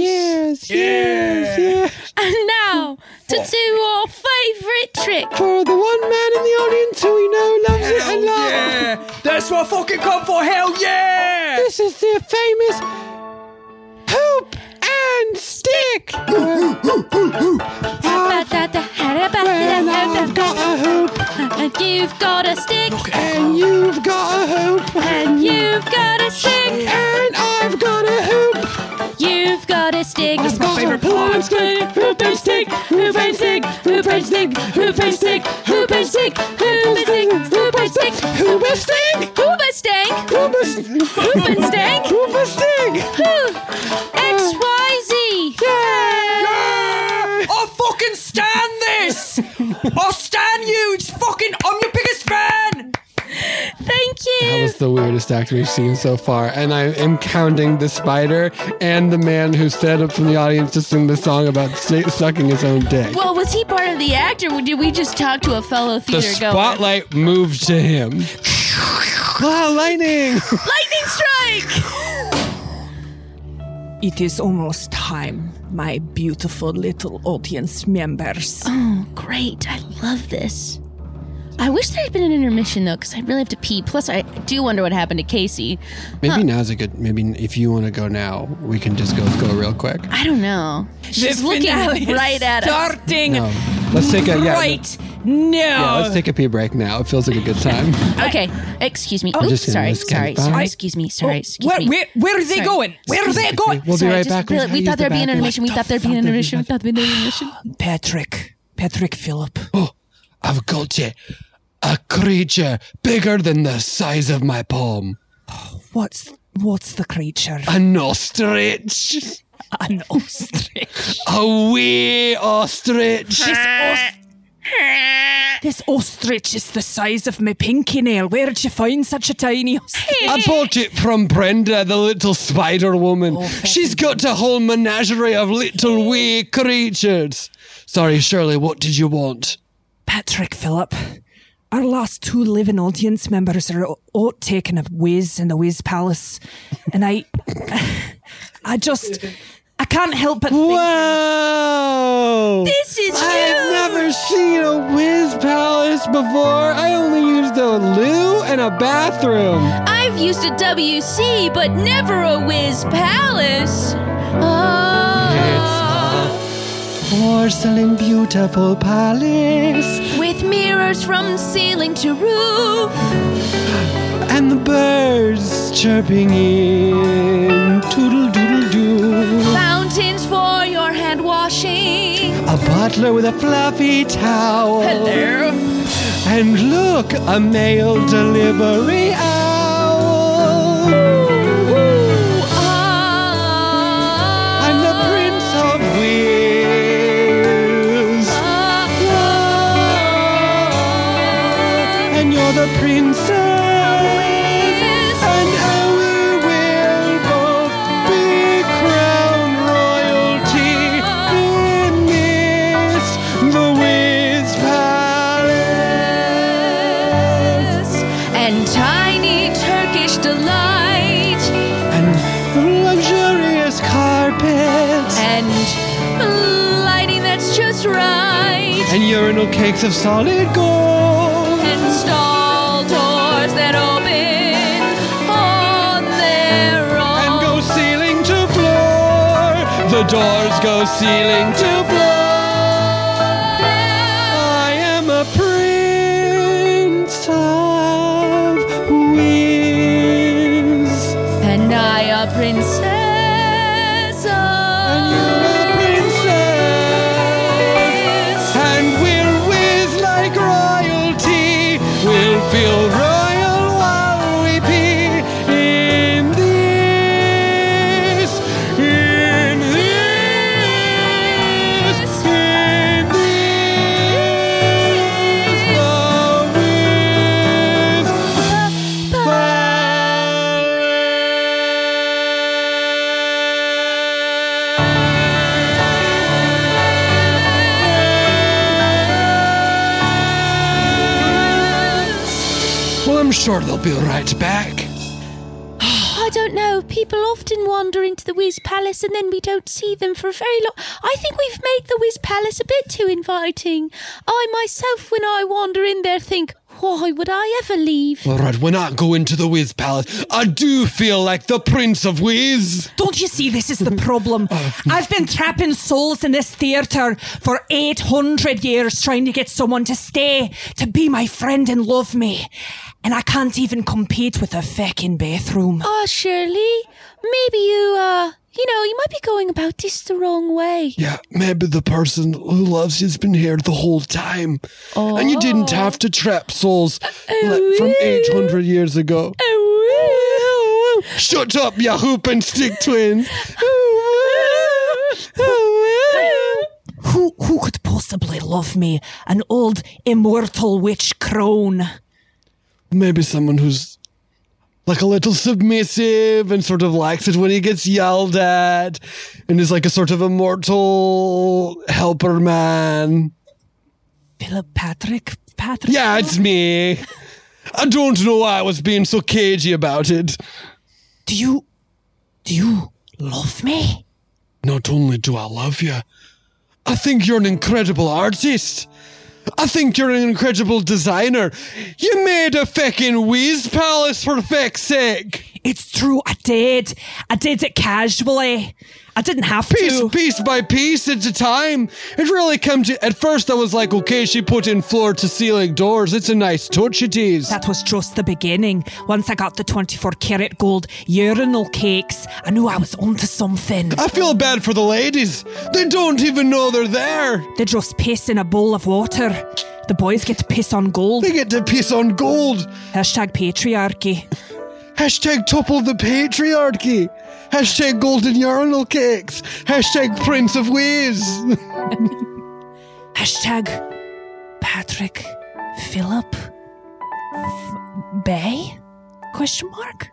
years. Hmm.
Yes, yes, yes.
And now to do our favourite trick.
For the one man in the audience who we know loves it a lot.
That's what I fucking come for. Hell yeah!
This is the famous hoop and stick.
Well,
I've got a hoop.
And Uh, you've got a stick.
And you've got a hoop.
And you've got a stick.
And I've got a hoop.
You've got a stick.
That's my favorite part. Hoop and stick, hoop and stick, hoop and stick, hoop and stick, hoop and stick, hoop and stick, hoop and stick, hoop and stick, hoop and stick,
hoop and stick,
hoop and stick, hoop
and [laughs] stick,
hoop and stick.
X, Y, Z.
Yeah! Oh. I fucking stand this! I stand you! It's fucking, I'm your biggest fan!
Thank you.
That was the weirdest act we've seen so far. And I am counting the spider and the man who stood up from the audience to sing the song about st- sucking his own dick.
Well, was he part of the act, or did we just talk to a fellow
The
theater goer?
spotlight moved to
[laughs]
him.
Ah,
Wow, lightning!
Lightning strike!
It is almost time, my beautiful little audience
[laughs]
members.
Oh, great. I love this. I wish there had been an intermission, though, because I really have to pee. Plus, I do wonder what happened to Casey.
[laughs] Maybe
Huh.
now's a good. Maybe if you want to go now, we can just go go real quick.
I don't know. She's looking right at us.
starting
No, Um, let's take a yeah.
right now.
Yeah, let's take a pee break now. It feels like a good
[laughs]
time.
Okay, excuse me.
We're
Oh,
just gonna
sorry,
miss Ken.
sorry,
Bye.
sorry. Excuse me, sorry, excuse
where-
me.
where- where are they going? Where are they going?
We'll be
Sorry,
right
just
back.
feel
We're
it. We
gonna
thought there'd be
use
an
the
intermission. We thought there'd be an intermission. We thought there'd be an intermission.
Patrick. Patrick Phillip.
I've got you. A creature bigger than the size of my palm.
[gasps] What's what's the
[laughs]
creature?
An ostrich.
An ostrich.
A wee ostrich.
this, os- this ostrich is the size of my pinky nail. Where'd you find such a tiny ostrich?
I bought it from Brenda, the little spider woman. She's got a whole menagerie of little wee creatures. Sorry, Shirley, what did you want?
Patrick Phillip. Our last two living audience members are all taking a whiz in the whiz palace, and I, I just, I can't help but think.
Wow!
This is
I've
huge.
never seen a whiz palace before. I only used a loo and a bathroom.
I've used a WC, but never a Whiz Palace. Oh,
Porcelain, beautiful palace.
with mirrors from ceiling to roof.
And the birds chirping in. Toodle doodle doo.
Fountains for your hand washing.
A butler with a fluffy towel.
Hello.
And look, a mail delivery owl. I'm the prince of wheels. And you're the princess. And we will both be crowned royalty in this, the Wiz Palace.
And tiny Turkish delight.
And luxurious carpets.
And lighting that's just right.
And urinal cakes of solid gold.
And stall doors that open on their own.
and go ceiling to floor. The doors go ceiling to floor. I am a prince of whiz.
And I a princess.
A princess. And we're whiz like royalty. We'll feel royal while we pee in this. In this. In this. The whiz palace. sure they'll be right back.
I don't know. People often wander into the Wiz Palace and then we don't see them for a very long. I think we've made the Wiz Palace a bit too inviting. I myself, when I wander in there, think, why would I ever leave?
All right, we're not going to the Wiz Palace. I do feel like the Prince of Wiz.
Don't you see this is [laughs] the problem? I've been trapping souls in this theater for 800 years trying to get someone to stay, to be my friend and love me. And I can't even compete with a feckin' bathroom.
Ah, Shirley, maybe you, uh, you know, you might be going about this the wrong way.
Yeah, maybe the person who loves you's been here the whole time. And you didn't have to trap souls like, from 800 years ago. Shut up, you hoop and stick twins.
Who who could possibly love me? An old immortal witch crone.
Maybe someone who's like a little submissive and sort of likes it when he gets yelled at and is like a sort of immortal helper man.
Philip Patrick? Patrick?
Yeah, it's me. I don't know why I was being so cagey about it.
Do you. do you love me?
Not only do I love you, I think you're an incredible artist. I think you're an incredible designer. You made a feckin' Wiz Palace for feck's sake.
It's true, I did. I did it casually. I didn't have
piece,
to.
Piece by piece at a time. It really came to. At first, I was like, okay, she put in floor to ceiling doors. It's a nice touch, it is.
That was just the beginning. Once I got the 24 karat gold urinal cakes, I knew I was onto something.
I feel bad for the ladies. They don't even know they're there.
They just piss in a bowl of water. The boys get to piss on gold.
They get to piss on gold.
Hashtag patriarchy.
Hashtag topple the patriarchy. Hashtag golden urinal cakes. Hashtag prince of ways.
[laughs] Hashtag Patrick Philip Bay? Question mark.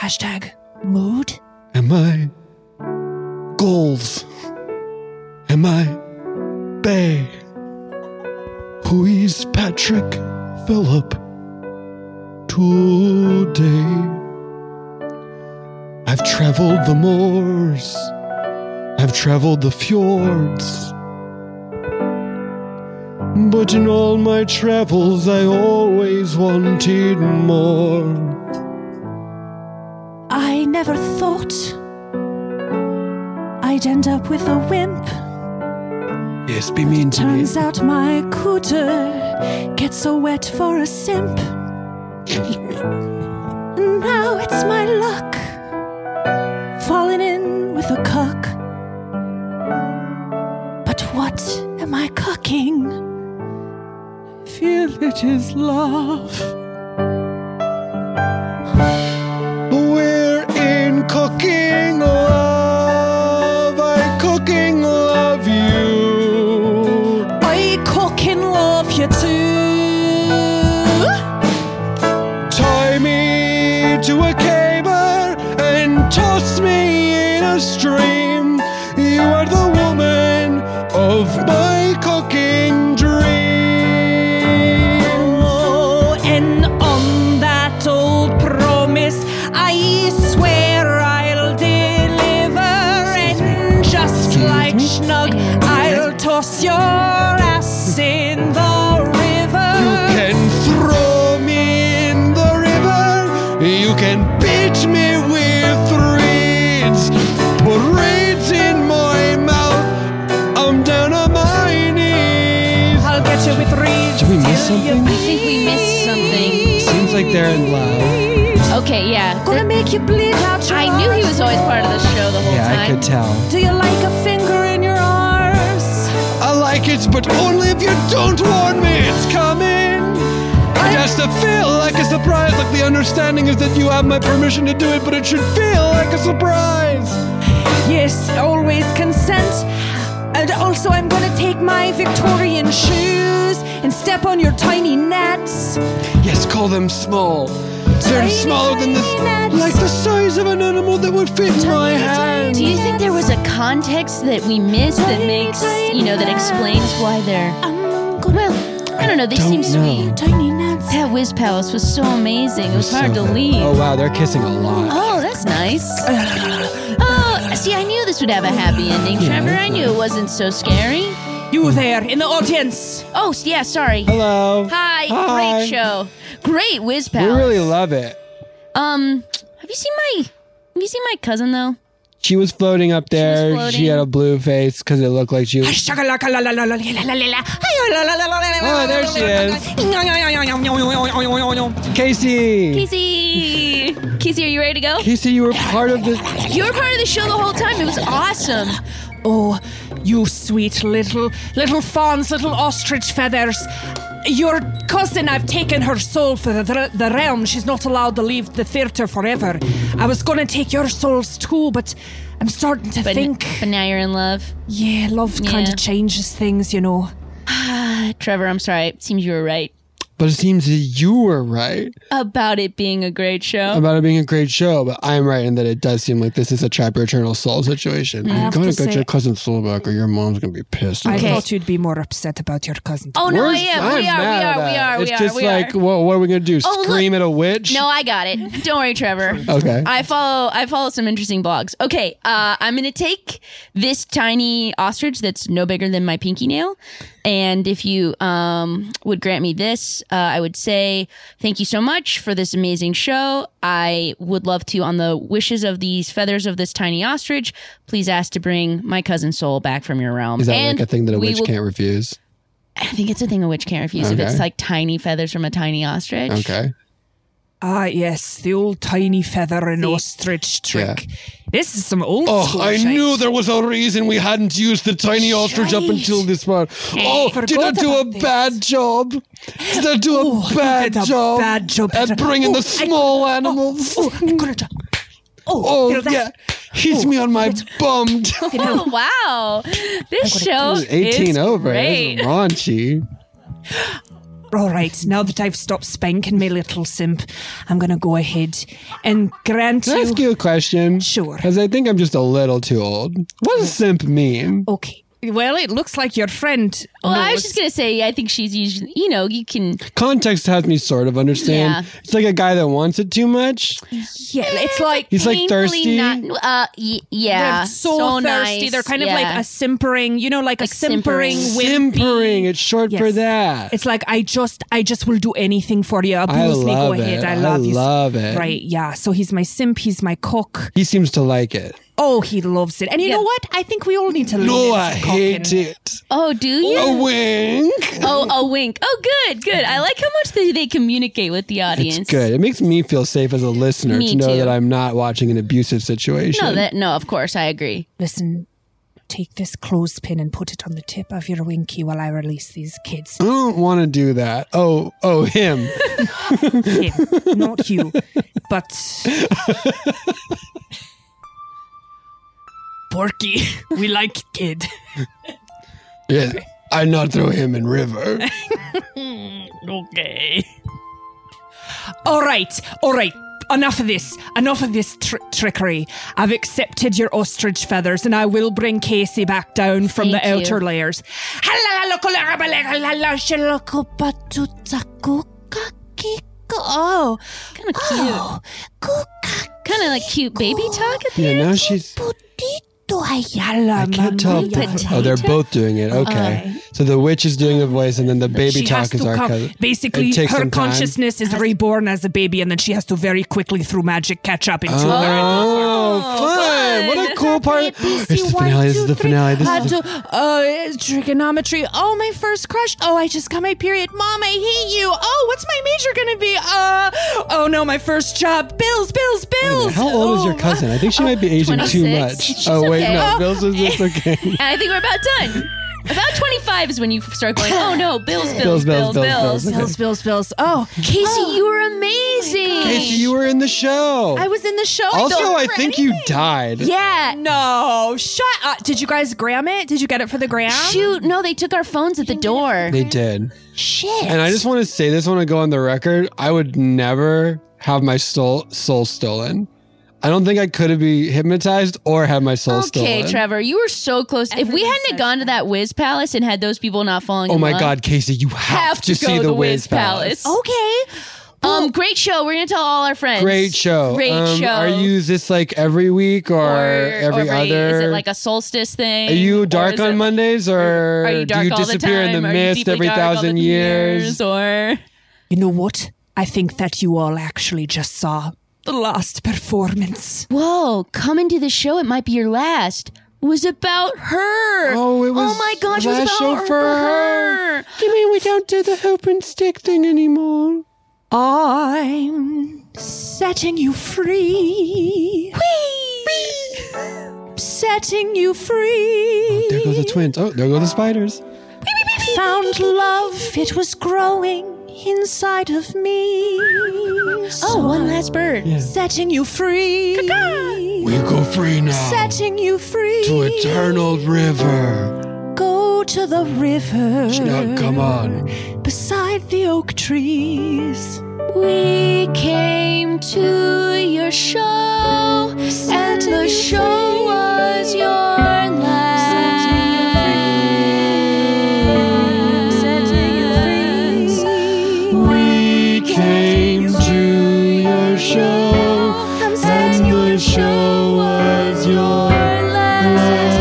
Hashtag mood.
Am I goals? Am I bay? Who is Patrick Philip today? I've traveled the moors. I've traveled the fjords. But in all my travels, I always wanted more.
I never thought I'd end up with a wimp.
Yes, be mean to me.
Turns out my cooter gets so wet for a simp. [laughs] And now it's my luck falling in with a cock. But what am I cocking? Feel it is love.
We're in cooking love. I cooking love you.
I cooking love you too.
Tie me to a caber and toss me in a stream. You are the woman of my cooking dream.
Oh, and on that old promise, I swear I'll deliver. And just like Schnug, I'll toss your ass in the
You
river.
can throw me in the river. You can beat me with reeds. Put reeds in my mouth. I'm down on my knees.
I'll get you with reeds.
Did we miss
till you
something?
I think we missed something.
Seems like they're in love.
Okay, yeah.
Gonna make you bleed out your
I knew he
arse.
was always part of the show the whole
Yeah, I
time.
could tell.
Do you like a finger in your arse?
I like it, but only if you don't warn me it's coming. It has to feel like a surprise. Like the understanding is that you have my permission to do it, but it should feel like a surprise.
Yes, always consent. And also, I'm gonna take my Victorian shoes and step on your tiny nuts.
Yes, call them small. They're
Tiny,
smaller than this,
tiny nuts.
like the size of an animal that would fit in my hand.
Do you think there was a context that we missed that makes, you know, that explains why they're.
I'm gonna. Well,
I don't know. They
don't
seem
know.
sweet. Tiny nuts. That Whiz Palace was so amazing. It was hard to leave.
Oh wow, they're kissing a lot.
Oh, that's nice. Oh, see, I knew this would have a happy ending, Trevor. I knew it wasn't so scary.
You there in the audience?
Oh, s- yeah, sorry.
Hello.
Hi.
Hi.
Great show. Great Whiz
We
Palace.
really love it.
um, have you seen my have you seen my cousin though?
She was floating up there. She,
floating.
had a blue face because it looked like she was.
Oh,
there she
is.
Casey. [laughs]
Casey. Casey, are you ready to go?
Casey, you were part of this.
[laughs] You were part of the show the whole time. It was awesome.
Oh, you sweet little, little fawns, little ostrich feathers. Your cousin, I've taken her soul for the, the realm. She's not allowed to leave the theater forever. I was going to take your souls too, but I'm starting to
But,
think.
but now you're in love.
Yeah, love kind
Yeah.
of changes things, you know.
Uh, Trevor, I'm sorry. It seems you were right
But it seems that you were right
about it being a great show.
about it being a great show, but I'm right in that it does seem like this is a trap your eternal soul situation.
I
You're
have
going
to
to get
say-
your cousin's soul back, or your mom's going to be pissed.
I
off.
thought you'd be more upset about your cousin.
Oh no,
We're-
I am.
I'm
we are.
mad
We are.
about
We
it.
are.
It's
we are.
just
we
like,
are.
Well, what are we going to do?
Oh, look.
Scream at a witch?
No, I got it. Don't worry, Trevor.
[laughs] Okay.
I follow. I follow some interesting blogs. Okay, uh, I'm gonna take this tiny ostrich that's no bigger than my pinky nail, and if you um, would grant me this, uh, I would say thank you so much for this amazing show. I would love to, on the wishes of these feathers of this tiny ostrich, please ask to bring my cousin soul back from your realm.
Is that
and
like a thing that a
we
witch
will-
can't refuse?
I think it's a thing a witch can't refuse
Okay.
if it's like tiny feathers from a tiny ostrich.
Okay.
Ah, yes, the old tiny feather and ostrich trick. This is some old
Oh,
school
I
shit.
knew there was a reason we hadn't used the tiny ostrich up until this part. Oh,
forgot
did I do a
about this.
bad job? Did I do a bad
did a
job?
bad job.
At bringing the small animals.
Oh, I'm gonna do-
Oh,
feel that.
yeah. Hit me on my bum. [laughs]
Oh [laughs] wow! This show
It's 18
is
over.
Great.
It's raunchy.
All right, now that I've stopped spanking my little simp, I'm gonna go ahead and grant
Can I
you.
ask you a question? Sure. Because I think I'm just a little too old. What does simp mean?
Okay. Well, it looks like your friend.
Well, I
knows.
was just gonna say, I think she's usually, you know, you can.
Context has me sort of understand.
Yeah.
It's like a guy that wants it too much.
Yeah, it's like
He's, like, painfully thirsty? not-
uh, y- yeah,
They're so, thirsty.
nice,
They're kind of
yeah.
like a simpering, you know, like, a simpering,
simpering. Simpering. It's short for that.
It's like I just, I just will do anything for you. Abuse me. Go
love
ahead.
it.
I
I
love you.
love it.
Right? Yeah. So he's my simp. He's my cock.
He seems to like it.
Oh, he loves it. And you know what? I think we all need to. lean
No,
into
I hate
cocking.
it.
Oh, do you?
A wink.
Oh, a wink. Oh, good, good. I like how much they, they communicate with the audience.
It's good. It makes me feel safe as a listener
Me
to know
too.
that I'm not watching an abusive situation.
No, that no, of course I agree.
Listen, take this clothespin and put it on the tip of your winky while I release these kids.
I don't want to do that. Oh,
[laughs]
oh, him.
Him, not [laughs] you. But Porky, [laughs] we like kid.
Yeah, I not throw him in
[laughs]
river.
okay. All right, all right. Enough of this. Enough of this tr- trickery. I've accepted your ostrich feathers, and I will bring Casey back down from the
Thank you.
outer layers.
Oh, kind of cute.
Oh,
Kind of like cute baby talk. at the
Yeah,
end.
now she's.
I
can't tell. If the, oh, they're both doing it. Okay. So the witch is doing a voice, and then the baby
she has
talk is
to
our
come.
cousin.
Basically,
It takes
her
some time.
consciousness is reborn as a baby, and then she has to very quickly, through magic, catch up into
Oh,
her.
fun! What a cool part! It's the finale. This is the finale. This
Had
is
to,
the,
uh, trigonometry. Oh, my first crush. Oh, I just got my period. Mom, I hate you. Oh, what's my major gonna be? Uh, oh no, my first job. Bills, bills, bills. Oh,
how old is your cousin? I think she might be aging too
26.
much.
Oh, She's
oh wait,
okay.
no,
Oh.
Bill's is just
[laughs]
okay.
And I think we're about done. About 25 is when you start going, oh no, bills,
Bills, bills,
bills, bills, bills.
bills, bills.
Bills, bills, bills. Oh,
Casey, you were amazing.
Casey, you were in the show.
I was in the show.
Also,
don't
I think you died.
Yeah. No. Shut up. Did you guys gram it? Did you get it for the gram?
Shoot, no, they took our phones at the door.
They did.
Shit.
And I just want to say this, I want to go on the record. I would never have my soul, soul stolen. I don't think I could have been hypnotized or had my soul stolen.
Okay, Trevor, you were so close. if we hadn't have gone to that Wiz Palace and had those people not falling,
Oh
in
my
love-
God, Casey, you have,
have to,
to,
go
see
to
the
Wiz
Wiz
Palace. Okay. um, great show. We're gonna tell all our friends.
Great show.
Great
Um,
show.
Are you is this like every week or, every
Or
other?
Is it like a solstice thing?
Are you dark
is
on
it-
Mondays or,
are you dark
do you
all the
disappear in
time?
the
Are you
mist
deeply
every
dark all the
thousand years?
or
you know what? I think that you all actually just saw the last performance.
Whoa, coming to the show, it might be your last. Was about her. Oh, it was. Oh my gosh, it was about
last show
her,
for
her.
You mean we don't do the hoop and stick thing anymore?
I'm setting you free. Setting you free.
There go the twins. Oh, there go the spiders.
Found love, it was growing inside of me. Oh,
one last bird.
Setting you free.
We go free
Setting you free.
eternal river.
Go to the river.
oh, on.
Beside the oak trees.
We came to your show, and the show was your last.
We came to your show, and the show was your last.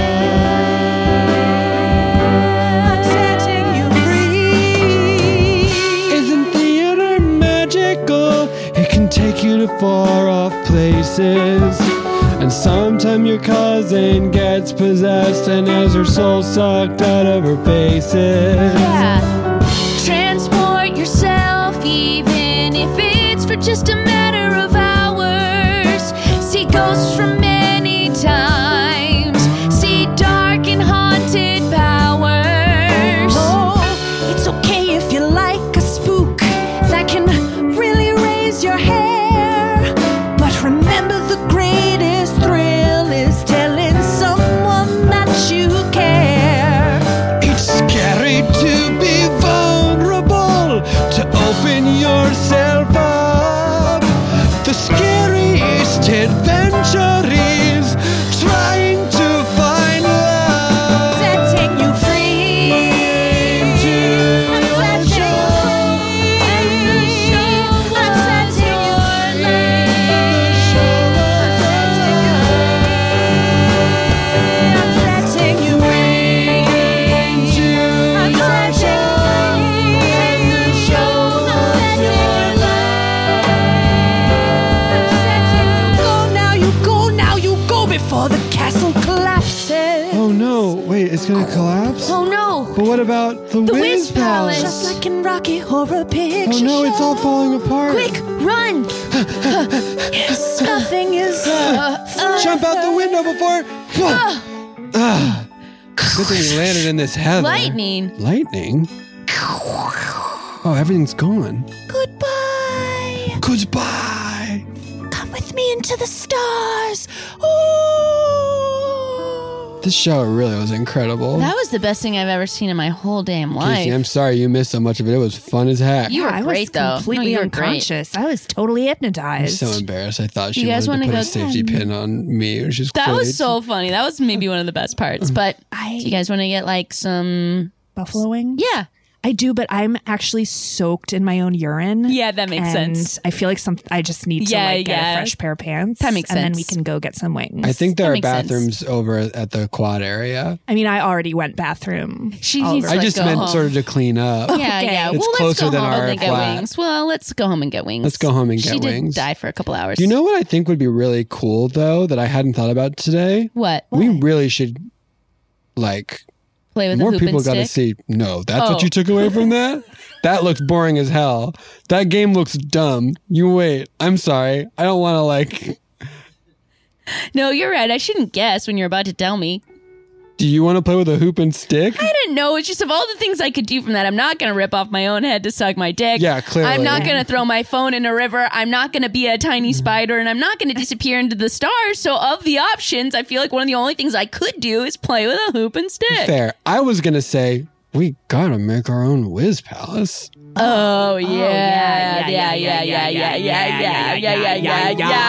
Setting you free.
Isn't theater magical? It can take you to far off places. And sometime your cousin gets possessed and has her soul sucked out of her faces.
Yeah. Transport yourself, even if it's for just a matter of hours. See ghosts from many times. See dark and haunted powers.
Oh, it's okay if you like a spook that can really raise your hair. But remember, the greatest thrill is telling someone that you care.
It's scary to be vulnerable, to open yourself up. The scariest adventure is trying to find love.
Setting you free. I'm setting you free. I'm setting you free. I'm setting you free. I'm setting Go now, you go now, you go before the castle collapses.
Oh no, wait, it's gonna collapse?
Oh no!
But what about the, Wiz Palace?
Just like in Rocky Horror Picture
Oh no, it's all falling apart.
Quick,
[laughs]
run! yes, nothing is.
Ah, [laughs] jump out the window before. Ah. Good thing we landed in this heather.
Lightning.
Lightning? Oh, everything's gone.
Goodbye!
Goodbye!
Come with me into the stars! Oh!
This show really was incredible.
That was the best thing I've ever seen in my whole damn life.
Casey, I'm sorry you missed so much of it. It was fun as heck.
You were
I
great,
was
though. No,
completely
you were great.
unconscious. I was totally
I'm
hypnotized.
so embarrassed. I thought
You
she
guys
wanted to
wanna
put
go-
a safety pin on me. Which is
That
great.
was so funny. That was maybe one of the best parts. But
Mm.
do you guys want to get like some
buffalo wings?
Yeah.
I do, but I'm actually soaked in my own urine.
Yeah, that makes
and
sense.
I feel like some. I just need to
Yeah,
like get
yeah.
a fresh pair of pants.
That makes
and then we
sense.
can go get some wings.
I think there
That
are
makes sense.
bathrooms over at the quad area.
I mean, I already went bathroom.
She
all
needs
over.
I just meant sort of to clean
[laughs]
up.
Yeah, yeah.
It's
well, let's
closer
go
than
home
our
and get
flat.
wings. Well, let's go home and get wings.
Let's go home and
she
get
did
wings.
Die for a couple hours.
You know what I think would be really cool though that I hadn't thought about today?
what?
We really should like
Play with
more
a hoop
people
and
got to
stick.
see. No, that's
Oh.
what you took away from that? that looks boring as hell. That game looks dumb. You wait. I'm sorry. I don't want to like
No, you're right. I shouldn't guess when you're about to tell me.
Do you want to play with a hoop and stick?
I didn't know. It's just of all the things I could do from that, I'm not going to rip off my own head to suck my dick.
Yeah, clearly.
I'm not going to throw my phone in a river. I'm not going to be a
Mm-hmm.
tiny spider, and I'm not going to disappear into the stars. So, of the options, I feel like one of the only things I could do is play with a hoop and stick.
Fair. I was going to say we got to make our own whiz palace.
Oh yeah, yeah, yeah, yeah, yeah, yeah, yeah, yeah, yeah, yeah, yeah, yeah, yeah.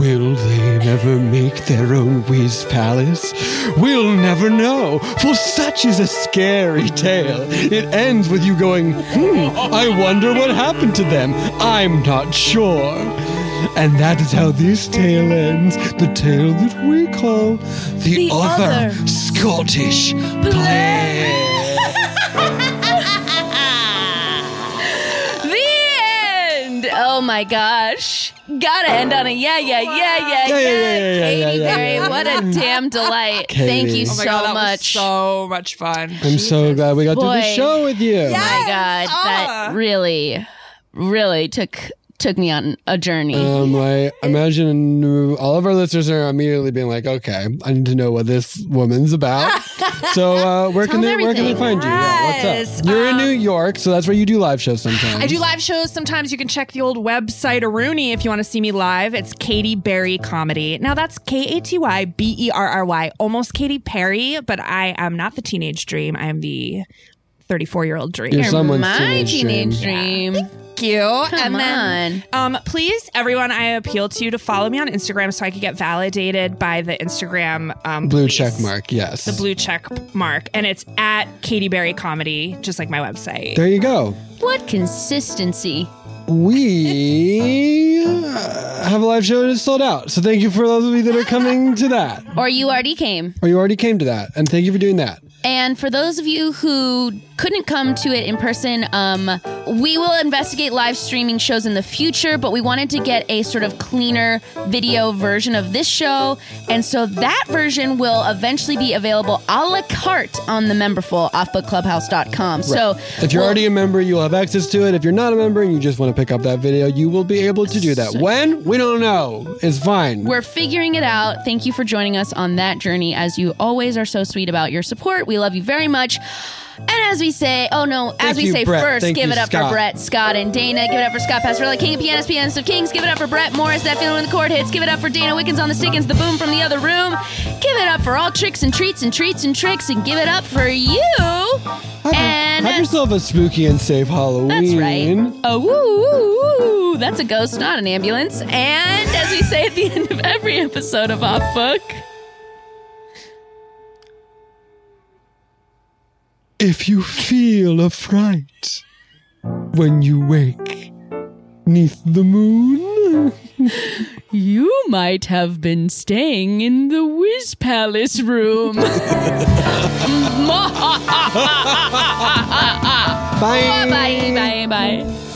Will they never make their own Wiz Palace? We'll never know, for such is a scary tale. It ends with you going, hmm, I wonder what happened to them. I'm not sure. And that is how this tale ends the tale that we call The,
The
Other,
Other
Scottish
the end. Oh my gosh. Gotta end on a yeah, yeah, yeah, yeah,
Yeah,
yeah.
yeah, yeah, yeah, yeah,
Katy
yeah,
Perry,
yeah.
what a damn delight. Thank
Katy.
you
Oh
so
my
God, that was
much. so much fun.
I'm so glad we got to do the show with you.
Oh my god, that really, really took took me on a journey.
Um, I imagine all of our listeners are immediately being like, "Okay, I need to know what this
[laughs]
woman's about." so uh, where can
Tell
they
them
where can they
everything.
find you? Yeah, what's
Yes, um,
up? You're in New York, so that's where you do live shows sometimes.
I do live shows sometimes. You can check the old website Rooney if you want to see me live. It's Katy Berry Comedy. Now that's K A T Y B E R R Y, almost Katy Perry, but I am not the teenage dream. I am the 34 year old dream.
You're someone's My teenage teenage
dream.
Thank you.
Come
and then, um, please, everyone, I appeal to you to follow me on Instagram so I could get validated by the Instagram um,
Blue
police.
check mark, yes.
The blue check mark, and it's at Katy Berry Comedy, just like my website.
there you go.
What consistency.
We uh, have a live show and it's sold out. So thank you for those of you that are coming to that,
Or you already came.
or you already came to that, and thank you for doing that.
And for those of you who couldn't come to it in person, um, we will investigate live streaming shows in the future, but we wanted to get a sort of cleaner video version of this show. And so that version will eventually be available a la carte on the memberful off bookclubhouse.com. So
Right. if you're
we'll-
already a member, you'll have access to it. If you're not a member and you just want to pick up that video, you will be able to do that. When? We don't know. It's fine.
We're figuring it out. Thank you for joining us on that journey. As you always are so sweet about your support. We love you very much. And as we say, oh no, as
Thank
we
you,
say
Brett.
first,
Thank
give
you,
it up for
Scott.
Brett, Scott, and Dana. Give it up for Scott Pastorella, King of Pianists, Pianist of Kings. Give it up for Brett Morris, that feeling when the chord hits. Give it up for Dana Wickens on the Stickens, the boom from the other room. Give it up for all tricks and treats and treats and tricks, and give it up for you. And
have yourself a spooky and safe Halloween. That's right.
Oh, woo, woo, woo. That's a ghost, not an ambulance. And as we say at the end of every episode of Off Book,
If you feel a fright when you wake neath the moon,
you might have been staying in the Wiz Palace room. [laughs] bye. Bye, bye, bye.